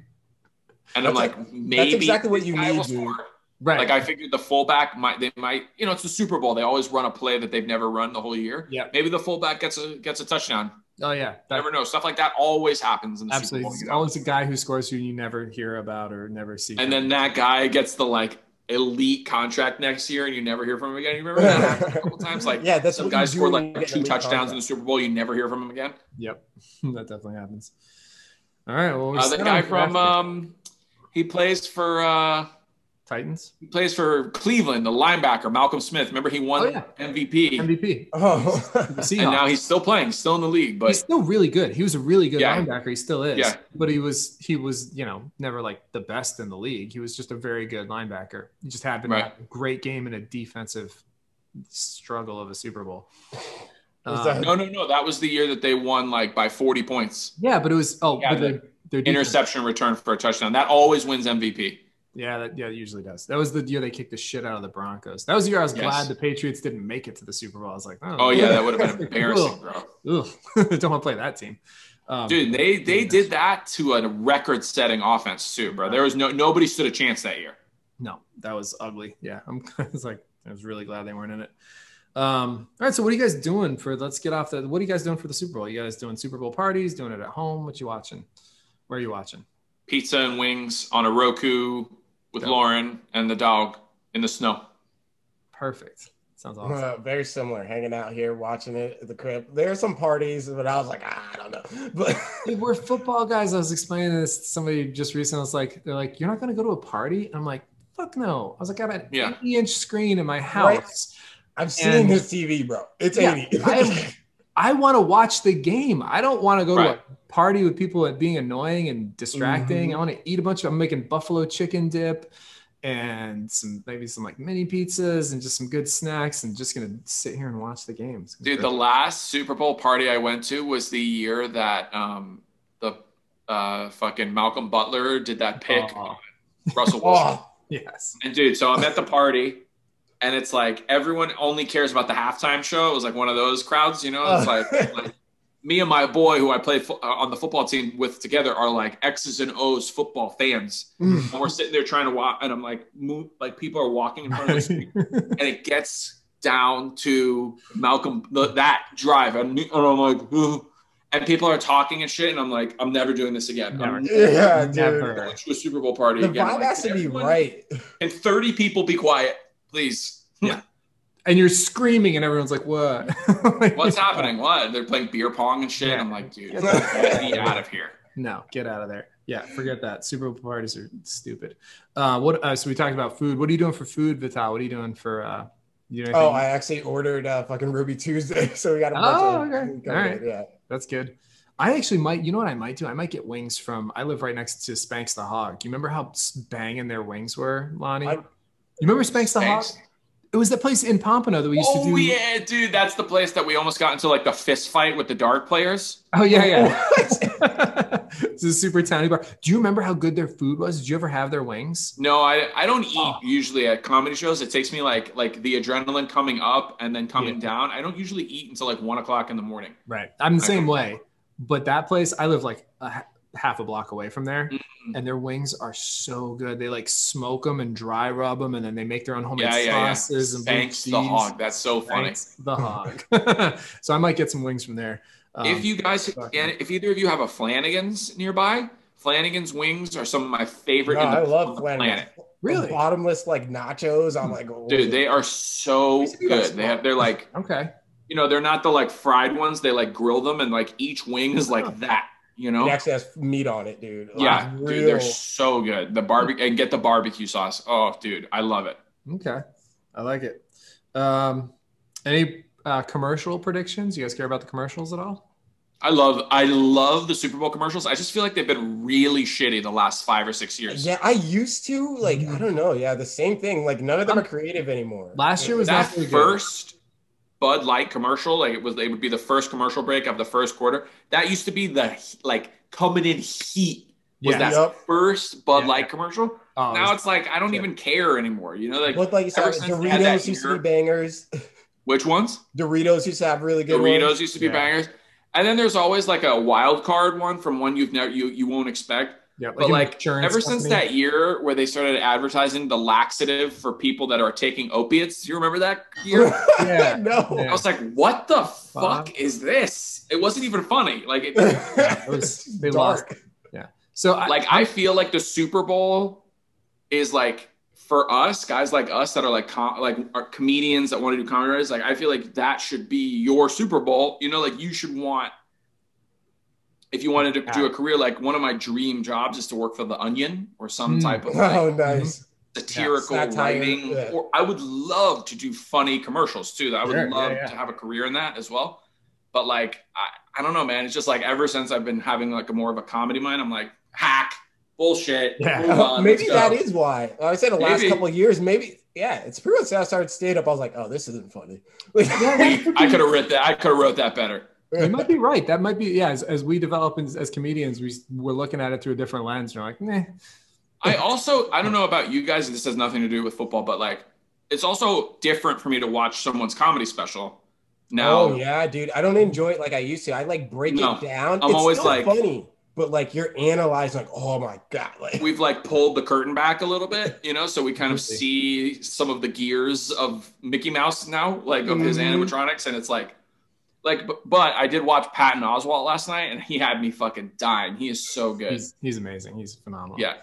Speaker 4: I'm
Speaker 3: That's
Speaker 4: like maybe
Speaker 3: exactly what
Speaker 4: this
Speaker 3: you
Speaker 4: guy
Speaker 3: need,
Speaker 4: will
Speaker 3: dude.
Speaker 4: score.
Speaker 2: right.
Speaker 4: Like I figured the fullback might they might you know it's the Super Bowl they always run a play that they've never run the whole year.
Speaker 2: Yeah.
Speaker 4: Maybe the fullback gets a gets a touchdown.
Speaker 2: oh yeah. That-
Speaker 4: never know. Stuff like that always happens in the
Speaker 2: absolutely.
Speaker 4: Super Bowl.
Speaker 2: It's
Speaker 4: you know?
Speaker 2: always a guy who scores who you never hear about or never see.
Speaker 4: And then that guy gets the like elite contract next year, and you never hear from him again. You remember that happened a couple times? Like
Speaker 3: Yeah, that's
Speaker 4: some
Speaker 3: what you
Speaker 4: guy
Speaker 3: do
Speaker 4: scored
Speaker 3: when you
Speaker 4: like
Speaker 3: get
Speaker 4: two
Speaker 3: elite
Speaker 4: touchdowns
Speaker 3: contract.
Speaker 4: in the Super Bowl. You never hear from him again.
Speaker 2: Yep. that definitely happens. All right. Well, we're
Speaker 4: Uh, the
Speaker 2: set
Speaker 4: guy
Speaker 2: on
Speaker 4: from
Speaker 2: draft
Speaker 4: um, he plays for uh,
Speaker 2: Titans
Speaker 4: he plays for Cleveland, the linebacker Malcolm Smith. Remember he won
Speaker 2: Oh, yeah.
Speaker 4: MVP,
Speaker 2: MVP.
Speaker 3: Oh,
Speaker 2: The Seahawks.
Speaker 4: and now he's still playing, still in the league.
Speaker 2: he's
Speaker 4: But
Speaker 2: still really good. He was a really good
Speaker 4: Yeah.
Speaker 2: linebacker. He still is.
Speaker 4: Yeah.
Speaker 2: But he was he was you know never like the best in the league. He was just a very good linebacker. He just happened
Speaker 4: Right.
Speaker 2: to have a great game in a defensive struggle of a Super Bowl.
Speaker 3: Was
Speaker 2: Um,
Speaker 3: that-
Speaker 4: no, no, no, that was the year that they won like by 40 points.
Speaker 2: yeah, but it was oh
Speaker 4: Yeah,
Speaker 2: but their, their defense-
Speaker 4: Interception return for a touchdown. That always wins MVP.
Speaker 2: Yeah, that yeah it usually does. That was the year they kicked the shit out of the Broncos. That was the year I was
Speaker 4: Yes.
Speaker 2: glad the Patriots didn't make it to the Super Bowl. I was like, oh,
Speaker 4: Oh yeah, that would have been embarrassing, bro.
Speaker 2: Ugh. Don't want to play that team. Um,
Speaker 4: Dude, they they did that to a record-setting offense too, bro. There was no nobody stood a chance that year.
Speaker 2: no, that was ugly. Yeah, I'm. I was like, I was really glad they weren't in it. Um, all right, so what are you guys doing for? Let's get off the. What are you guys doing for the Super Bowl? You guys doing Super Bowl parties? Doing it at home? What you watching? Where are you watching?
Speaker 4: Pizza and wings on a Roku with
Speaker 2: Yeah.
Speaker 4: Lauren and the dog in the snow.
Speaker 2: Perfect. Sounds awesome.
Speaker 3: Uh, very similar, hanging out here, watching it at the crib. There are some parties, but I was like, ah, I don't know. But
Speaker 2: Dude, we're football guys. I was explaining this to somebody just recently. I was like, they're like, you're not going to go to a party? I'm like, fuck no. I was like, I have an
Speaker 4: Yeah.
Speaker 2: 80 inch screen in my house.
Speaker 3: I'm seeing
Speaker 2: And-
Speaker 3: this TV, bro. It's
Speaker 2: Yeah,
Speaker 3: 80.
Speaker 2: I am- I want to watch the game. I don't want to go
Speaker 4: Right.
Speaker 2: to a party with people at being annoying and distracting.
Speaker 3: Mhm.
Speaker 2: I want to eat a bunch of, I'm making buffalo chicken dip and some, maybe some like mini pizzas and just some good snacks and just going to sit here and watch the games.
Speaker 4: Dude, the last Super Bowl party I went to was the year that um the uh fucking Malcolm Butler did that pick
Speaker 2: Oh.
Speaker 4: on Russell Wilson.
Speaker 3: oh,
Speaker 2: yes.
Speaker 4: And dude, so I'm at the party, and it's like everyone only cares about the halftime show. It was like one of those crowds, you know. It's
Speaker 2: Oh.
Speaker 4: like, like me and my boy, who I played fo- uh, on the football team with together, are like X's and O's football fans,
Speaker 3: Mm.
Speaker 4: and we're sitting there trying to walk, and I'm like, move, like people are walking in front of us, and it gets down to Malcolm the, that drive, and, and I'm like, "Ugh." and people are talking and shit, and I'm like, I'm never doing this again.
Speaker 2: Never.
Speaker 4: I'm
Speaker 3: yeah, dude.
Speaker 2: Never.
Speaker 4: going to a Super Bowl party
Speaker 3: The
Speaker 4: again.
Speaker 3: vibe
Speaker 4: Like,
Speaker 3: has to be
Speaker 4: everyone-
Speaker 3: right.
Speaker 4: and 30 people be quiet, please.
Speaker 2: And you're screaming and everyone's like, what?
Speaker 4: What's happening? What? They're playing beer pong and shit.
Speaker 2: Yeah.
Speaker 4: I'm like, dude,
Speaker 2: Yeah.
Speaker 4: get me out of here.
Speaker 2: No, get out of there. Yeah, forget that. Super Bowl parties are stupid. Uh, what? Uh, so we talked about food. What are you doing for food, Vital? What are you doing for? Uh, you know,
Speaker 3: Oh,
Speaker 2: anything?
Speaker 3: I actually ordered uh, fucking Ruby Tuesday, so we got a bunch
Speaker 2: Oh,
Speaker 3: of
Speaker 2: okay.
Speaker 3: covered,
Speaker 2: All right.
Speaker 3: yeah.
Speaker 2: that's good. I actually might. You know what I might do? I might get wings from. I live right next to Spanx the Hog. You remember how s- banging their wings were, Lonnie?
Speaker 3: I-
Speaker 2: you remember Spanx the Hog?
Speaker 4: Thanks.
Speaker 2: It was that place in Pompano that we used
Speaker 4: Oh,
Speaker 2: to do.
Speaker 4: yeah, dude. That's the place that we almost got into like the fist fight with the dark players.
Speaker 2: Oh yeah, yeah. it's a super tiny bar. Do you remember how good their food was? Did you ever have their wings?
Speaker 4: No, I, I don't eat
Speaker 2: Oh.
Speaker 4: usually at comedy shows. It takes me like like the adrenaline coming up and then coming
Speaker 2: Yeah.
Speaker 4: down. I don't usually eat until like one o'clock in the morning.
Speaker 2: Right. I'm the same way, but that place, I live like a, ha- half a block away from there,
Speaker 4: Mm-hmm.
Speaker 2: and their wings are so good. They like smoke them and dry rub them, and then they make their own homemade
Speaker 4: Yeah, yeah, yeah.
Speaker 2: sauces Oh, and blue
Speaker 4: Thanks the
Speaker 2: cheese.
Speaker 4: hog. That's so funny.
Speaker 2: Thanks the hog. so I might get some wings from there. Um,
Speaker 4: if you guys,
Speaker 2: fuck.
Speaker 4: if either of you have a Flanagan's nearby, Flanagan's wings are some of my favorite.
Speaker 3: No,
Speaker 4: in the,
Speaker 3: I
Speaker 4: on
Speaker 3: love
Speaker 4: the
Speaker 3: Flanagan.
Speaker 4: planet. Hmm.
Speaker 2: really
Speaker 3: bottomless like nachos. I'm like, oh,
Speaker 4: Dude, they are so
Speaker 3: These people are
Speaker 4: good. They have, they're like,
Speaker 2: okay,
Speaker 4: you know, they're not the like fried ones. They like grill them, and like each wing is like that. You know,
Speaker 3: it actually has meat on it, dude. Like,
Speaker 4: yeah,
Speaker 3: real-
Speaker 4: dude, they're so good. The barbecue and get the barbecue sauce. Oh, dude, I love it.
Speaker 2: okay, I like it. Um, any uh, commercial predictions? You guys care about the commercials at all?
Speaker 4: I love, I love the Super Bowl commercials. I just feel like they've been really shitty the last five or six years.
Speaker 3: Yeah, I used to like. I don't know. Yeah, the same thing. Like none of them are creative anymore.
Speaker 2: Last year was
Speaker 4: that
Speaker 2: not very good.
Speaker 4: first Bud Light commercial, like it was, it would be the first commercial break of the first quarter. That used to be the like coming in heat was
Speaker 2: Yeah.
Speaker 4: that
Speaker 3: Yup.
Speaker 4: first Bud
Speaker 2: Yeah.
Speaker 4: Light commercial.
Speaker 2: Oh,
Speaker 4: now it's like I don't
Speaker 2: yeah.
Speaker 4: even care anymore. You know, like
Speaker 3: Look like you said,
Speaker 4: ever since they had that
Speaker 3: Doritos used to
Speaker 4: year-
Speaker 3: be bangers.
Speaker 4: which ones?
Speaker 3: Doritos used to have really good
Speaker 4: Doritos
Speaker 3: ones.
Speaker 4: used to be
Speaker 2: Yeah.
Speaker 4: bangers, and then there's always like a wild card one from one you've never you you won't expect.
Speaker 2: yeah,
Speaker 4: But like
Speaker 2: insurance
Speaker 4: ever since
Speaker 2: company.
Speaker 4: that year where they started advertising the laxative for people that are taking opiates, do you remember that year?
Speaker 2: Yeah.
Speaker 3: no.
Speaker 4: I was like, what the
Speaker 2: Fuck.
Speaker 4: fuck is this? It wasn't even funny. Like it,
Speaker 2: it was-
Speaker 3: It's
Speaker 2: they
Speaker 3: dark.
Speaker 2: So I,
Speaker 4: like I feel like the Super Bowl is like for us guys like us that are like com- like are comedians that want to do comedy. Like I feel like that should be your Super Bowl. You know, like you should want if you wanted to do a career. Like one of my dream jobs is to work for the Onion or some
Speaker 2: Mm.
Speaker 4: type of like,
Speaker 3: Oh, nice.
Speaker 4: satirical
Speaker 3: Yeah, satire,
Speaker 4: writing.
Speaker 3: yeah.
Speaker 4: Or I would love to do funny commercials too. I would
Speaker 2: Sure, yeah,
Speaker 4: love
Speaker 2: yeah.
Speaker 4: to have a career in that as well. But like, I, I don't know, man. It's just like ever since I've been having like a more of a comedy mind, I'm like hack bullshit.
Speaker 2: Yeah.
Speaker 4: move on,
Speaker 3: maybe
Speaker 4: let's
Speaker 3: that
Speaker 4: go.
Speaker 3: is why. I said the last
Speaker 4: Maybe.
Speaker 3: couple of years, maybe. Yeah, it's pretty much how I started stand up. I was like, oh, this isn't funny. Like,
Speaker 4: We- I could have writ that. I could have wrote that better.
Speaker 2: you might be right. That might be yeah. As, as we develop as, as comedians, we s- we're looking at it through a different lens. You're like, nah.
Speaker 4: I also, I don't know about you guys. and This has nothing to do with football, but like, it's also different for me to watch someone's comedy special now.
Speaker 3: Oh yeah, dude. I don't enjoy it like I used to. I like break
Speaker 4: No.
Speaker 3: it down.
Speaker 4: I'm
Speaker 3: it's
Speaker 4: always
Speaker 3: still
Speaker 4: like-
Speaker 3: funny, but like you're analyzing, like, oh my god, like
Speaker 4: we've like pulled the curtain back a little bit, you know, so we kind of see some of the gears of Mickey Mouse now, like of his
Speaker 2: Mm-hmm.
Speaker 3: Mhm.
Speaker 4: animatronics, and it's like, like, but, but I did watch Patton Oswalt last night, and he had me fucking dying. He is so good.
Speaker 2: He's he's amazing. He's phenomenal.
Speaker 4: yeah,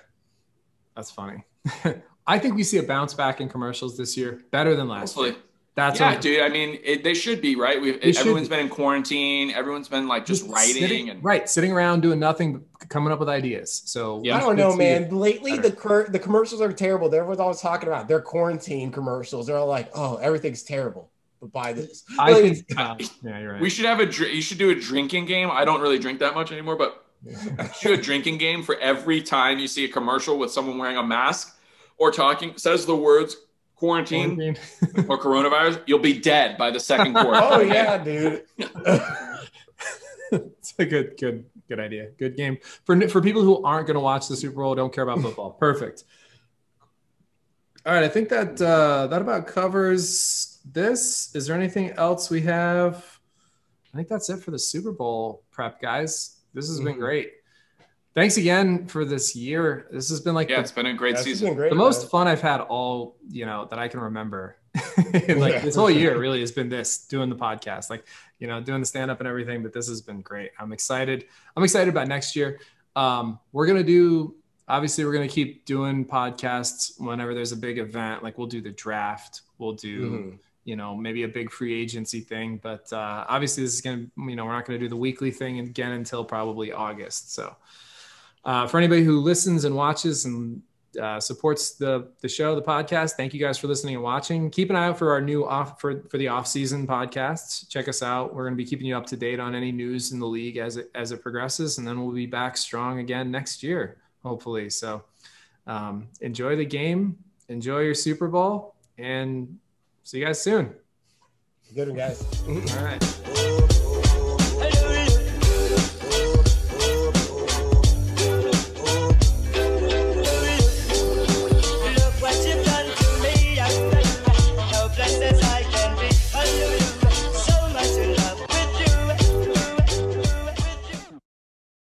Speaker 2: that's funny. I think we see a bounce back in commercials this year, better than last.
Speaker 4: hopefully,
Speaker 2: That's
Speaker 4: yeah,
Speaker 2: what-
Speaker 4: dude. I mean, it, they should be right. We've
Speaker 2: They should
Speaker 4: everyone's
Speaker 2: be.
Speaker 4: been in quarantine. Everyone's been like just writing
Speaker 2: sitting,
Speaker 4: and
Speaker 2: right sitting around doing nothing, but coming up with ideas. So
Speaker 4: Yeah.
Speaker 3: I don't know, man. Lately,
Speaker 2: better.
Speaker 3: the cur- the commercials are terrible. Everyone's always talking about their quarantine commercials. They're all like, oh, everything's terrible, but buy this.
Speaker 2: I
Speaker 3: Like,
Speaker 2: think uh, yeah, you're right.
Speaker 4: We should have a. dr- You should do a drinking game. I don't really drink that much anymore, but you should do a drinking game for every time you see a commercial with someone wearing a mask or talking says the words quarantine
Speaker 2: Quarantine.
Speaker 4: or coronavirus. You'll be dead by the second quarter.
Speaker 3: oh yeah, dude.
Speaker 2: it's a good, good, good idea. Good game for for people who aren't going to watch the Super Bowl, don't care about football. Perfect. All right, I think that uh, that about covers this. Is there anything else we have? I think that's it for the Super Bowl prep, guys. This has been
Speaker 3: Mhm.
Speaker 2: great. Thanks again for this year. This has been like
Speaker 4: yeah.
Speaker 2: the
Speaker 4: It's been a great
Speaker 3: That's
Speaker 4: season.
Speaker 3: been great.
Speaker 2: the most
Speaker 3: man.
Speaker 2: fun I've had all you know that I can remember. In, like
Speaker 3: Yeah,
Speaker 2: this
Speaker 3: for
Speaker 2: whole
Speaker 3: sure.
Speaker 2: year really has been this doing the podcast, like you know doing the stand up and everything. But this has been great. I'm excited. I'm excited about next year. Um, we're gonna do. Obviously, we're gonna keep doing podcasts whenever there's a big event. Like we'll do the draft. We'll do
Speaker 3: Mhm.
Speaker 2: you know maybe a big free agency thing. But uh, obviously, this is gonna you know we're not gonna do the weekly thing again until probably August. So. Uh, for anybody who listens and watches and uh, supports the the show, the podcast. Thank you guys for listening and watching. Keep an eye out for our new off for for the off season podcasts. Check us out. We're going to be keeping you up to date on any news in the league as it as it progresses, and then we'll be back strong again next year, hopefully. So um, enjoy the game, enjoy your Super Bowl, and see you guys soon.
Speaker 3: Good one, guys.
Speaker 2: All right.